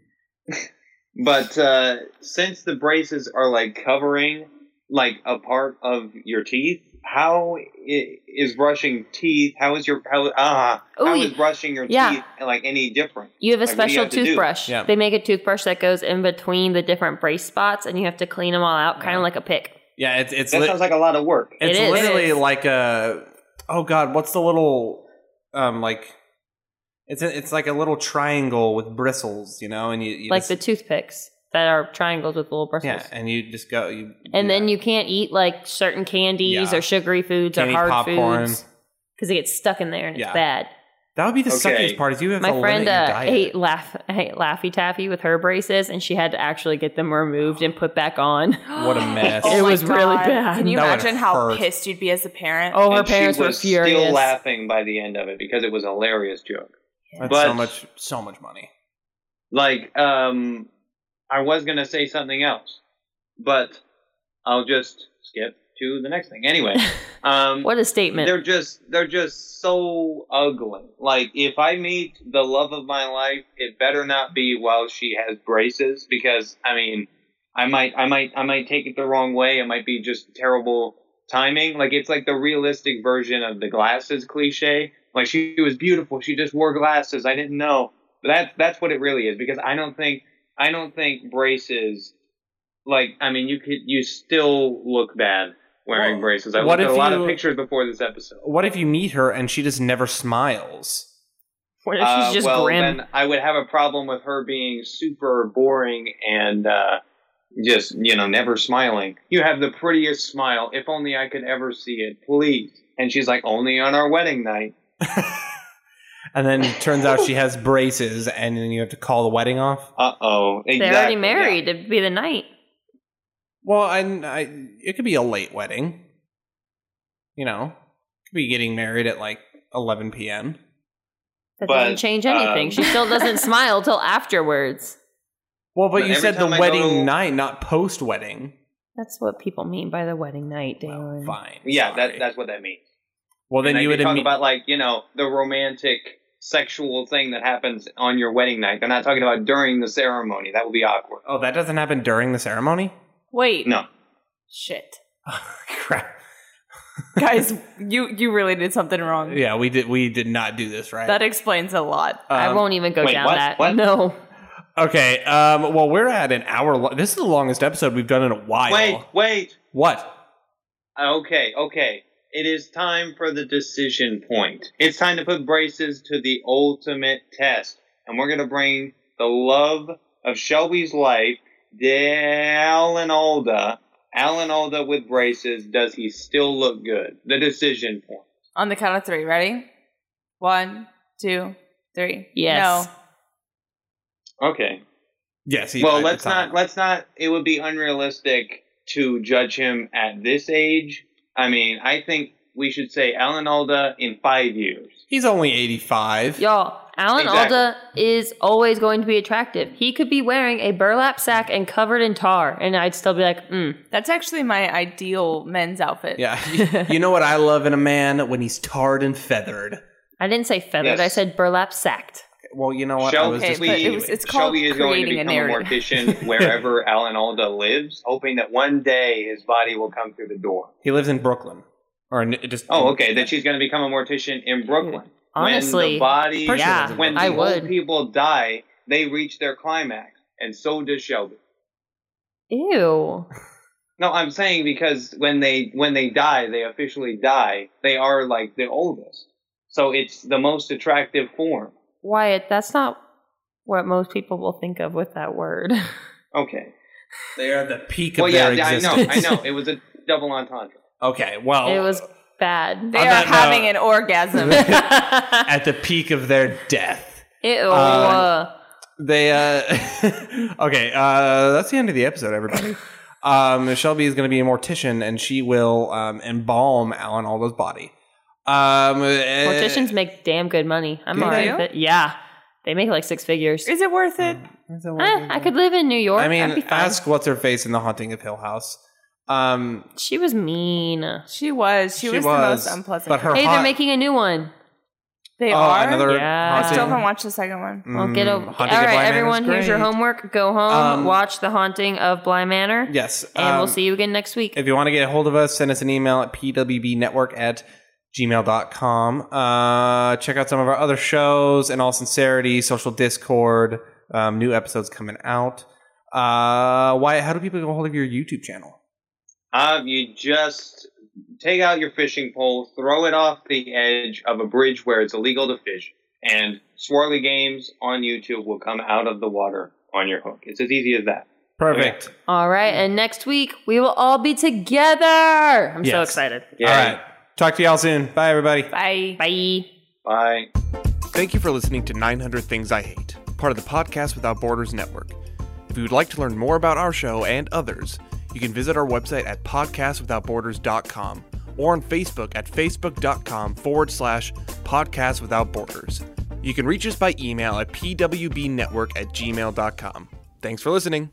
[SPEAKER 1] Mm-hmm.
[SPEAKER 3] But uh, since the braces are like covering like a part of your teeth, how i- is brushing teeth? How is your how ah
[SPEAKER 2] Ooh,
[SPEAKER 3] how
[SPEAKER 2] you-
[SPEAKER 3] is brushing your
[SPEAKER 2] Oh, yeah.
[SPEAKER 3] teeth like any different?
[SPEAKER 2] You have a
[SPEAKER 3] Like, what do you
[SPEAKER 2] special
[SPEAKER 3] have to do?
[SPEAKER 2] toothbrush.
[SPEAKER 1] Yeah.
[SPEAKER 2] They make a toothbrush that goes in between the different brace spots, and you have to clean them all out, kind
[SPEAKER 1] Yeah.
[SPEAKER 2] of like a pick.
[SPEAKER 1] Yeah, it's it's
[SPEAKER 3] That
[SPEAKER 1] li-
[SPEAKER 3] sounds like a lot of work.
[SPEAKER 1] it's
[SPEAKER 2] It is.
[SPEAKER 1] literally
[SPEAKER 2] It is.
[SPEAKER 1] like a oh god, what's the little um like it's a, it's like a little triangle with bristles, you know, and you, you
[SPEAKER 2] like
[SPEAKER 1] just-
[SPEAKER 2] the toothpicks that are triangles with little bristles.
[SPEAKER 1] Yeah, and you just go. You,
[SPEAKER 2] And then you can't eat like certain candies
[SPEAKER 1] Yeah.
[SPEAKER 2] or sugary foods
[SPEAKER 1] Can't
[SPEAKER 2] or
[SPEAKER 1] eat
[SPEAKER 2] hard
[SPEAKER 1] popcorn.
[SPEAKER 2] foods because it gets stuck in there and
[SPEAKER 1] Yeah.
[SPEAKER 2] it's bad.
[SPEAKER 1] that would be the
[SPEAKER 3] Okay.
[SPEAKER 1] suckiest part. Is you have to
[SPEAKER 2] My friend
[SPEAKER 1] limit your
[SPEAKER 2] uh,
[SPEAKER 1] diet.
[SPEAKER 2] ate laugh ate Laffy Taffy with her braces, and she had to actually get them removed and put back on.
[SPEAKER 1] What a mess.
[SPEAKER 2] It
[SPEAKER 4] Oh my
[SPEAKER 2] was really
[SPEAKER 4] God.
[SPEAKER 2] bad.
[SPEAKER 4] Can you
[SPEAKER 1] That would
[SPEAKER 4] imagine how
[SPEAKER 1] hurt.
[SPEAKER 4] pissed you'd be as a parent?
[SPEAKER 2] Oh, her
[SPEAKER 3] And she
[SPEAKER 2] parents were
[SPEAKER 3] was
[SPEAKER 2] furious.
[SPEAKER 3] Still laughing by the end of it because it was a hilarious joke.
[SPEAKER 1] That's
[SPEAKER 3] but-
[SPEAKER 1] so much, so much money.
[SPEAKER 3] Like, um, I was gonna say something else, but I'll just skip to the next thing. Anyway, um,
[SPEAKER 2] What a statement!
[SPEAKER 3] They're just they're just so ugly. Like if I meet the love of my life, it better not be while she has braces because I mean, I might I might I might take it the wrong way. It might be just terrible timing. Like it's like the realistic version of the glasses cliche. Like she was beautiful. She just wore glasses. I didn't know. But that's that's what it really is because I don't think I don't think braces like I mean you could you still look bad wearing
[SPEAKER 1] Well,
[SPEAKER 3] braces. I
[SPEAKER 1] what
[SPEAKER 3] looked at a
[SPEAKER 1] if
[SPEAKER 3] lot
[SPEAKER 1] you-
[SPEAKER 3] of pictures before this episode.
[SPEAKER 1] What if you meet her and she just never smiles?
[SPEAKER 2] What if she's
[SPEAKER 3] Uh,
[SPEAKER 2] just
[SPEAKER 3] well,
[SPEAKER 2] grim.
[SPEAKER 3] then I would have a problem with her being super boring and uh, just you know never smiling. You have the prettiest smile. If only I could ever see it, please. And she's like, only on our wedding night.
[SPEAKER 1] And then it turns out she has braces, and then you have to call the wedding off.
[SPEAKER 3] Uh oh. Exactly.
[SPEAKER 2] They're already
[SPEAKER 3] yeah.
[SPEAKER 2] married. It'd be the night.
[SPEAKER 1] Well, I, I, it could be a late wedding. You know, could be getting married at like 11 p.m.
[SPEAKER 2] That
[SPEAKER 3] But,
[SPEAKER 2] doesn't change anything.
[SPEAKER 3] um,
[SPEAKER 2] she still doesn't smile till afterwards.
[SPEAKER 1] Well, but,
[SPEAKER 3] But
[SPEAKER 1] you
[SPEAKER 3] every
[SPEAKER 1] said the
[SPEAKER 3] time I go
[SPEAKER 1] wedding
[SPEAKER 3] to-
[SPEAKER 1] night, not post wedding.
[SPEAKER 2] That's what people mean by the wedding night, Dalen.
[SPEAKER 1] Fine.
[SPEAKER 3] Yeah, that,
[SPEAKER 1] sorry.
[SPEAKER 3] that's what that means.
[SPEAKER 1] well. Then
[SPEAKER 3] And I
[SPEAKER 1] you
[SPEAKER 3] do
[SPEAKER 1] would
[SPEAKER 3] talk
[SPEAKER 1] admit.
[SPEAKER 3] about like you know the romantic sexual thing that happens on your wedding night. They're not talking about during the ceremony. That would be awkward.
[SPEAKER 1] oh, that doesn't happen during the ceremony.
[SPEAKER 4] Wait,
[SPEAKER 3] No,
[SPEAKER 2] Shit.
[SPEAKER 1] Crap.
[SPEAKER 4] guys, you you really did something wrong.
[SPEAKER 1] Yeah, we did. We did not do this right.
[SPEAKER 4] That explains a lot.
[SPEAKER 2] I
[SPEAKER 1] Um,
[SPEAKER 2] won't even go
[SPEAKER 3] wait,
[SPEAKER 2] down
[SPEAKER 3] what?
[SPEAKER 2] that.
[SPEAKER 3] What?
[SPEAKER 2] No.
[SPEAKER 1] Okay. Um, well, we're at an hour. Lo- this is the longest episode we've done in a while.
[SPEAKER 3] wait, wait.
[SPEAKER 1] What?
[SPEAKER 3] Okay, okay. It is time for the decision point. It's time to put braces to the ultimate test, and we're gonna bring the love of Shelby's life, Dallin Alda. Alan Alda with braces. Does he still look good? The decision point.
[SPEAKER 4] On the count of three, ready? One, two, three.
[SPEAKER 2] Yes.
[SPEAKER 4] No.
[SPEAKER 3] Okay.
[SPEAKER 1] Yes. he
[SPEAKER 3] well
[SPEAKER 1] died at
[SPEAKER 3] let's
[SPEAKER 1] the time.
[SPEAKER 3] not let's not it would be unrealistic to judge him at this age i mean i think we should say alan alda in five years
[SPEAKER 1] He's only eighty-five.
[SPEAKER 2] Y'all, Alan
[SPEAKER 3] Exactly.
[SPEAKER 2] Alda is always going to be attractive. He could be wearing a burlap sack and covered in tar, and I'd still be like, mm.
[SPEAKER 4] That's actually my ideal men's outfit.
[SPEAKER 1] Yeah. you know what I love in a man when he's tarred and feathered.
[SPEAKER 2] I didn't say feathered,
[SPEAKER 3] Yes.
[SPEAKER 2] I said burlap sacked.
[SPEAKER 1] Well, you know what? I
[SPEAKER 3] Shall
[SPEAKER 1] was
[SPEAKER 4] Okay,
[SPEAKER 1] just
[SPEAKER 4] but it was-
[SPEAKER 1] continuing.
[SPEAKER 4] it's called
[SPEAKER 3] Shelby is going to
[SPEAKER 4] creating a
[SPEAKER 3] become a, mortician wherever Alan Alda lives, hoping that one day his body will come through the door.
[SPEAKER 1] He lives in Brooklyn, or in, it just.
[SPEAKER 3] Oh, okay. Then she's going to become a mortician in Brooklyn. when
[SPEAKER 2] Honestly,
[SPEAKER 3] the body,
[SPEAKER 1] Person
[SPEAKER 2] yeah,
[SPEAKER 1] doesn't
[SPEAKER 3] when the
[SPEAKER 2] I
[SPEAKER 3] old
[SPEAKER 2] would.
[SPEAKER 3] people die, they reach their climax, and so does Shelby.
[SPEAKER 2] Ew.
[SPEAKER 3] No, I'm saying because when they when they die, they officially die. They are like the oldest, so it's the most attractive form.
[SPEAKER 2] Wyatt, that's not what most people will think of with that word.
[SPEAKER 3] Okay.
[SPEAKER 1] They are the peak
[SPEAKER 3] Well,
[SPEAKER 1] of
[SPEAKER 3] yeah,
[SPEAKER 1] their
[SPEAKER 3] I know,
[SPEAKER 1] existence.
[SPEAKER 3] I know. It was a double entendre.
[SPEAKER 1] Okay, well,
[SPEAKER 2] It was bad.
[SPEAKER 4] They
[SPEAKER 1] On
[SPEAKER 4] are
[SPEAKER 1] that
[SPEAKER 4] having
[SPEAKER 1] note-
[SPEAKER 4] an orgasm.
[SPEAKER 2] Ew.
[SPEAKER 1] at the peak of their death.
[SPEAKER 2] uh,
[SPEAKER 1] They uh okay, uh that's the end of the episode, everybody. Um Shelby is gonna be a mortician and she will um embalm Alan Alda's body. Um eh,
[SPEAKER 2] Morticians make damn good money. I'm
[SPEAKER 1] Do
[SPEAKER 2] alright
[SPEAKER 4] they?
[SPEAKER 2] with it. Yeah. They make like six figures.
[SPEAKER 4] Is it worth it?
[SPEAKER 1] is it
[SPEAKER 2] Eh,
[SPEAKER 1] what they
[SPEAKER 2] I
[SPEAKER 1] do?
[SPEAKER 2] could live in New York.
[SPEAKER 1] I
[SPEAKER 2] I'd be
[SPEAKER 1] mean
[SPEAKER 2] fine.
[SPEAKER 1] ask what's her face in the haunting of Hill House. Um
[SPEAKER 2] She was mean.
[SPEAKER 4] She was. She,
[SPEAKER 1] She
[SPEAKER 4] was,
[SPEAKER 1] was,
[SPEAKER 4] the most unpleasant.
[SPEAKER 1] but her
[SPEAKER 2] hey,
[SPEAKER 1] hot-
[SPEAKER 2] they're making a new one.
[SPEAKER 4] they
[SPEAKER 1] oh,
[SPEAKER 4] are.
[SPEAKER 1] another
[SPEAKER 2] Yeah.
[SPEAKER 4] I still
[SPEAKER 1] haunting-
[SPEAKER 4] haven't watched the second one.
[SPEAKER 2] Well, get
[SPEAKER 1] Mm,
[SPEAKER 2] over. All
[SPEAKER 1] Haunting of Bly
[SPEAKER 2] right,
[SPEAKER 1] Manor is
[SPEAKER 2] everyone. Here's your
[SPEAKER 1] great.
[SPEAKER 2] homework. Go home,
[SPEAKER 1] Um,
[SPEAKER 2] watch The Haunting of Bly Manor,
[SPEAKER 1] Yes.
[SPEAKER 2] and we'll
[SPEAKER 1] um,
[SPEAKER 2] see you again next week.
[SPEAKER 1] If you want to get a hold of us, send us an email at pwbnetwork at gmail.com. Uh, check out some of our other shows and all sincerity, social discord, um, new episodes coming out. Uh, Wyatt, how do people get a hold of your YouTube channel?
[SPEAKER 3] Um, you just take out your fishing pole, throw it off the edge of a bridge where it's illegal to fish, and Swirly Games on YouTube will come out of the water on your hook. It's as easy as that.
[SPEAKER 1] Perfect.
[SPEAKER 2] All right, and next week we will all be together. I'm so
[SPEAKER 1] Yes.
[SPEAKER 2] excited.
[SPEAKER 1] All right. Talk to y'all soon. Bye, everybody.
[SPEAKER 4] Bye.
[SPEAKER 2] Bye.
[SPEAKER 3] Bye.
[SPEAKER 1] Thank you for listening to 900 Things I Hate, part of the Podcast Without Borders Network. If you would like to learn more about our show and others, you can visit our website at podcastwithoutborders.com or on Facebook at facebook.com forward slash podcast without borders. You can reach us by email at pwbnetwork at gmail.com. Thanks for listening.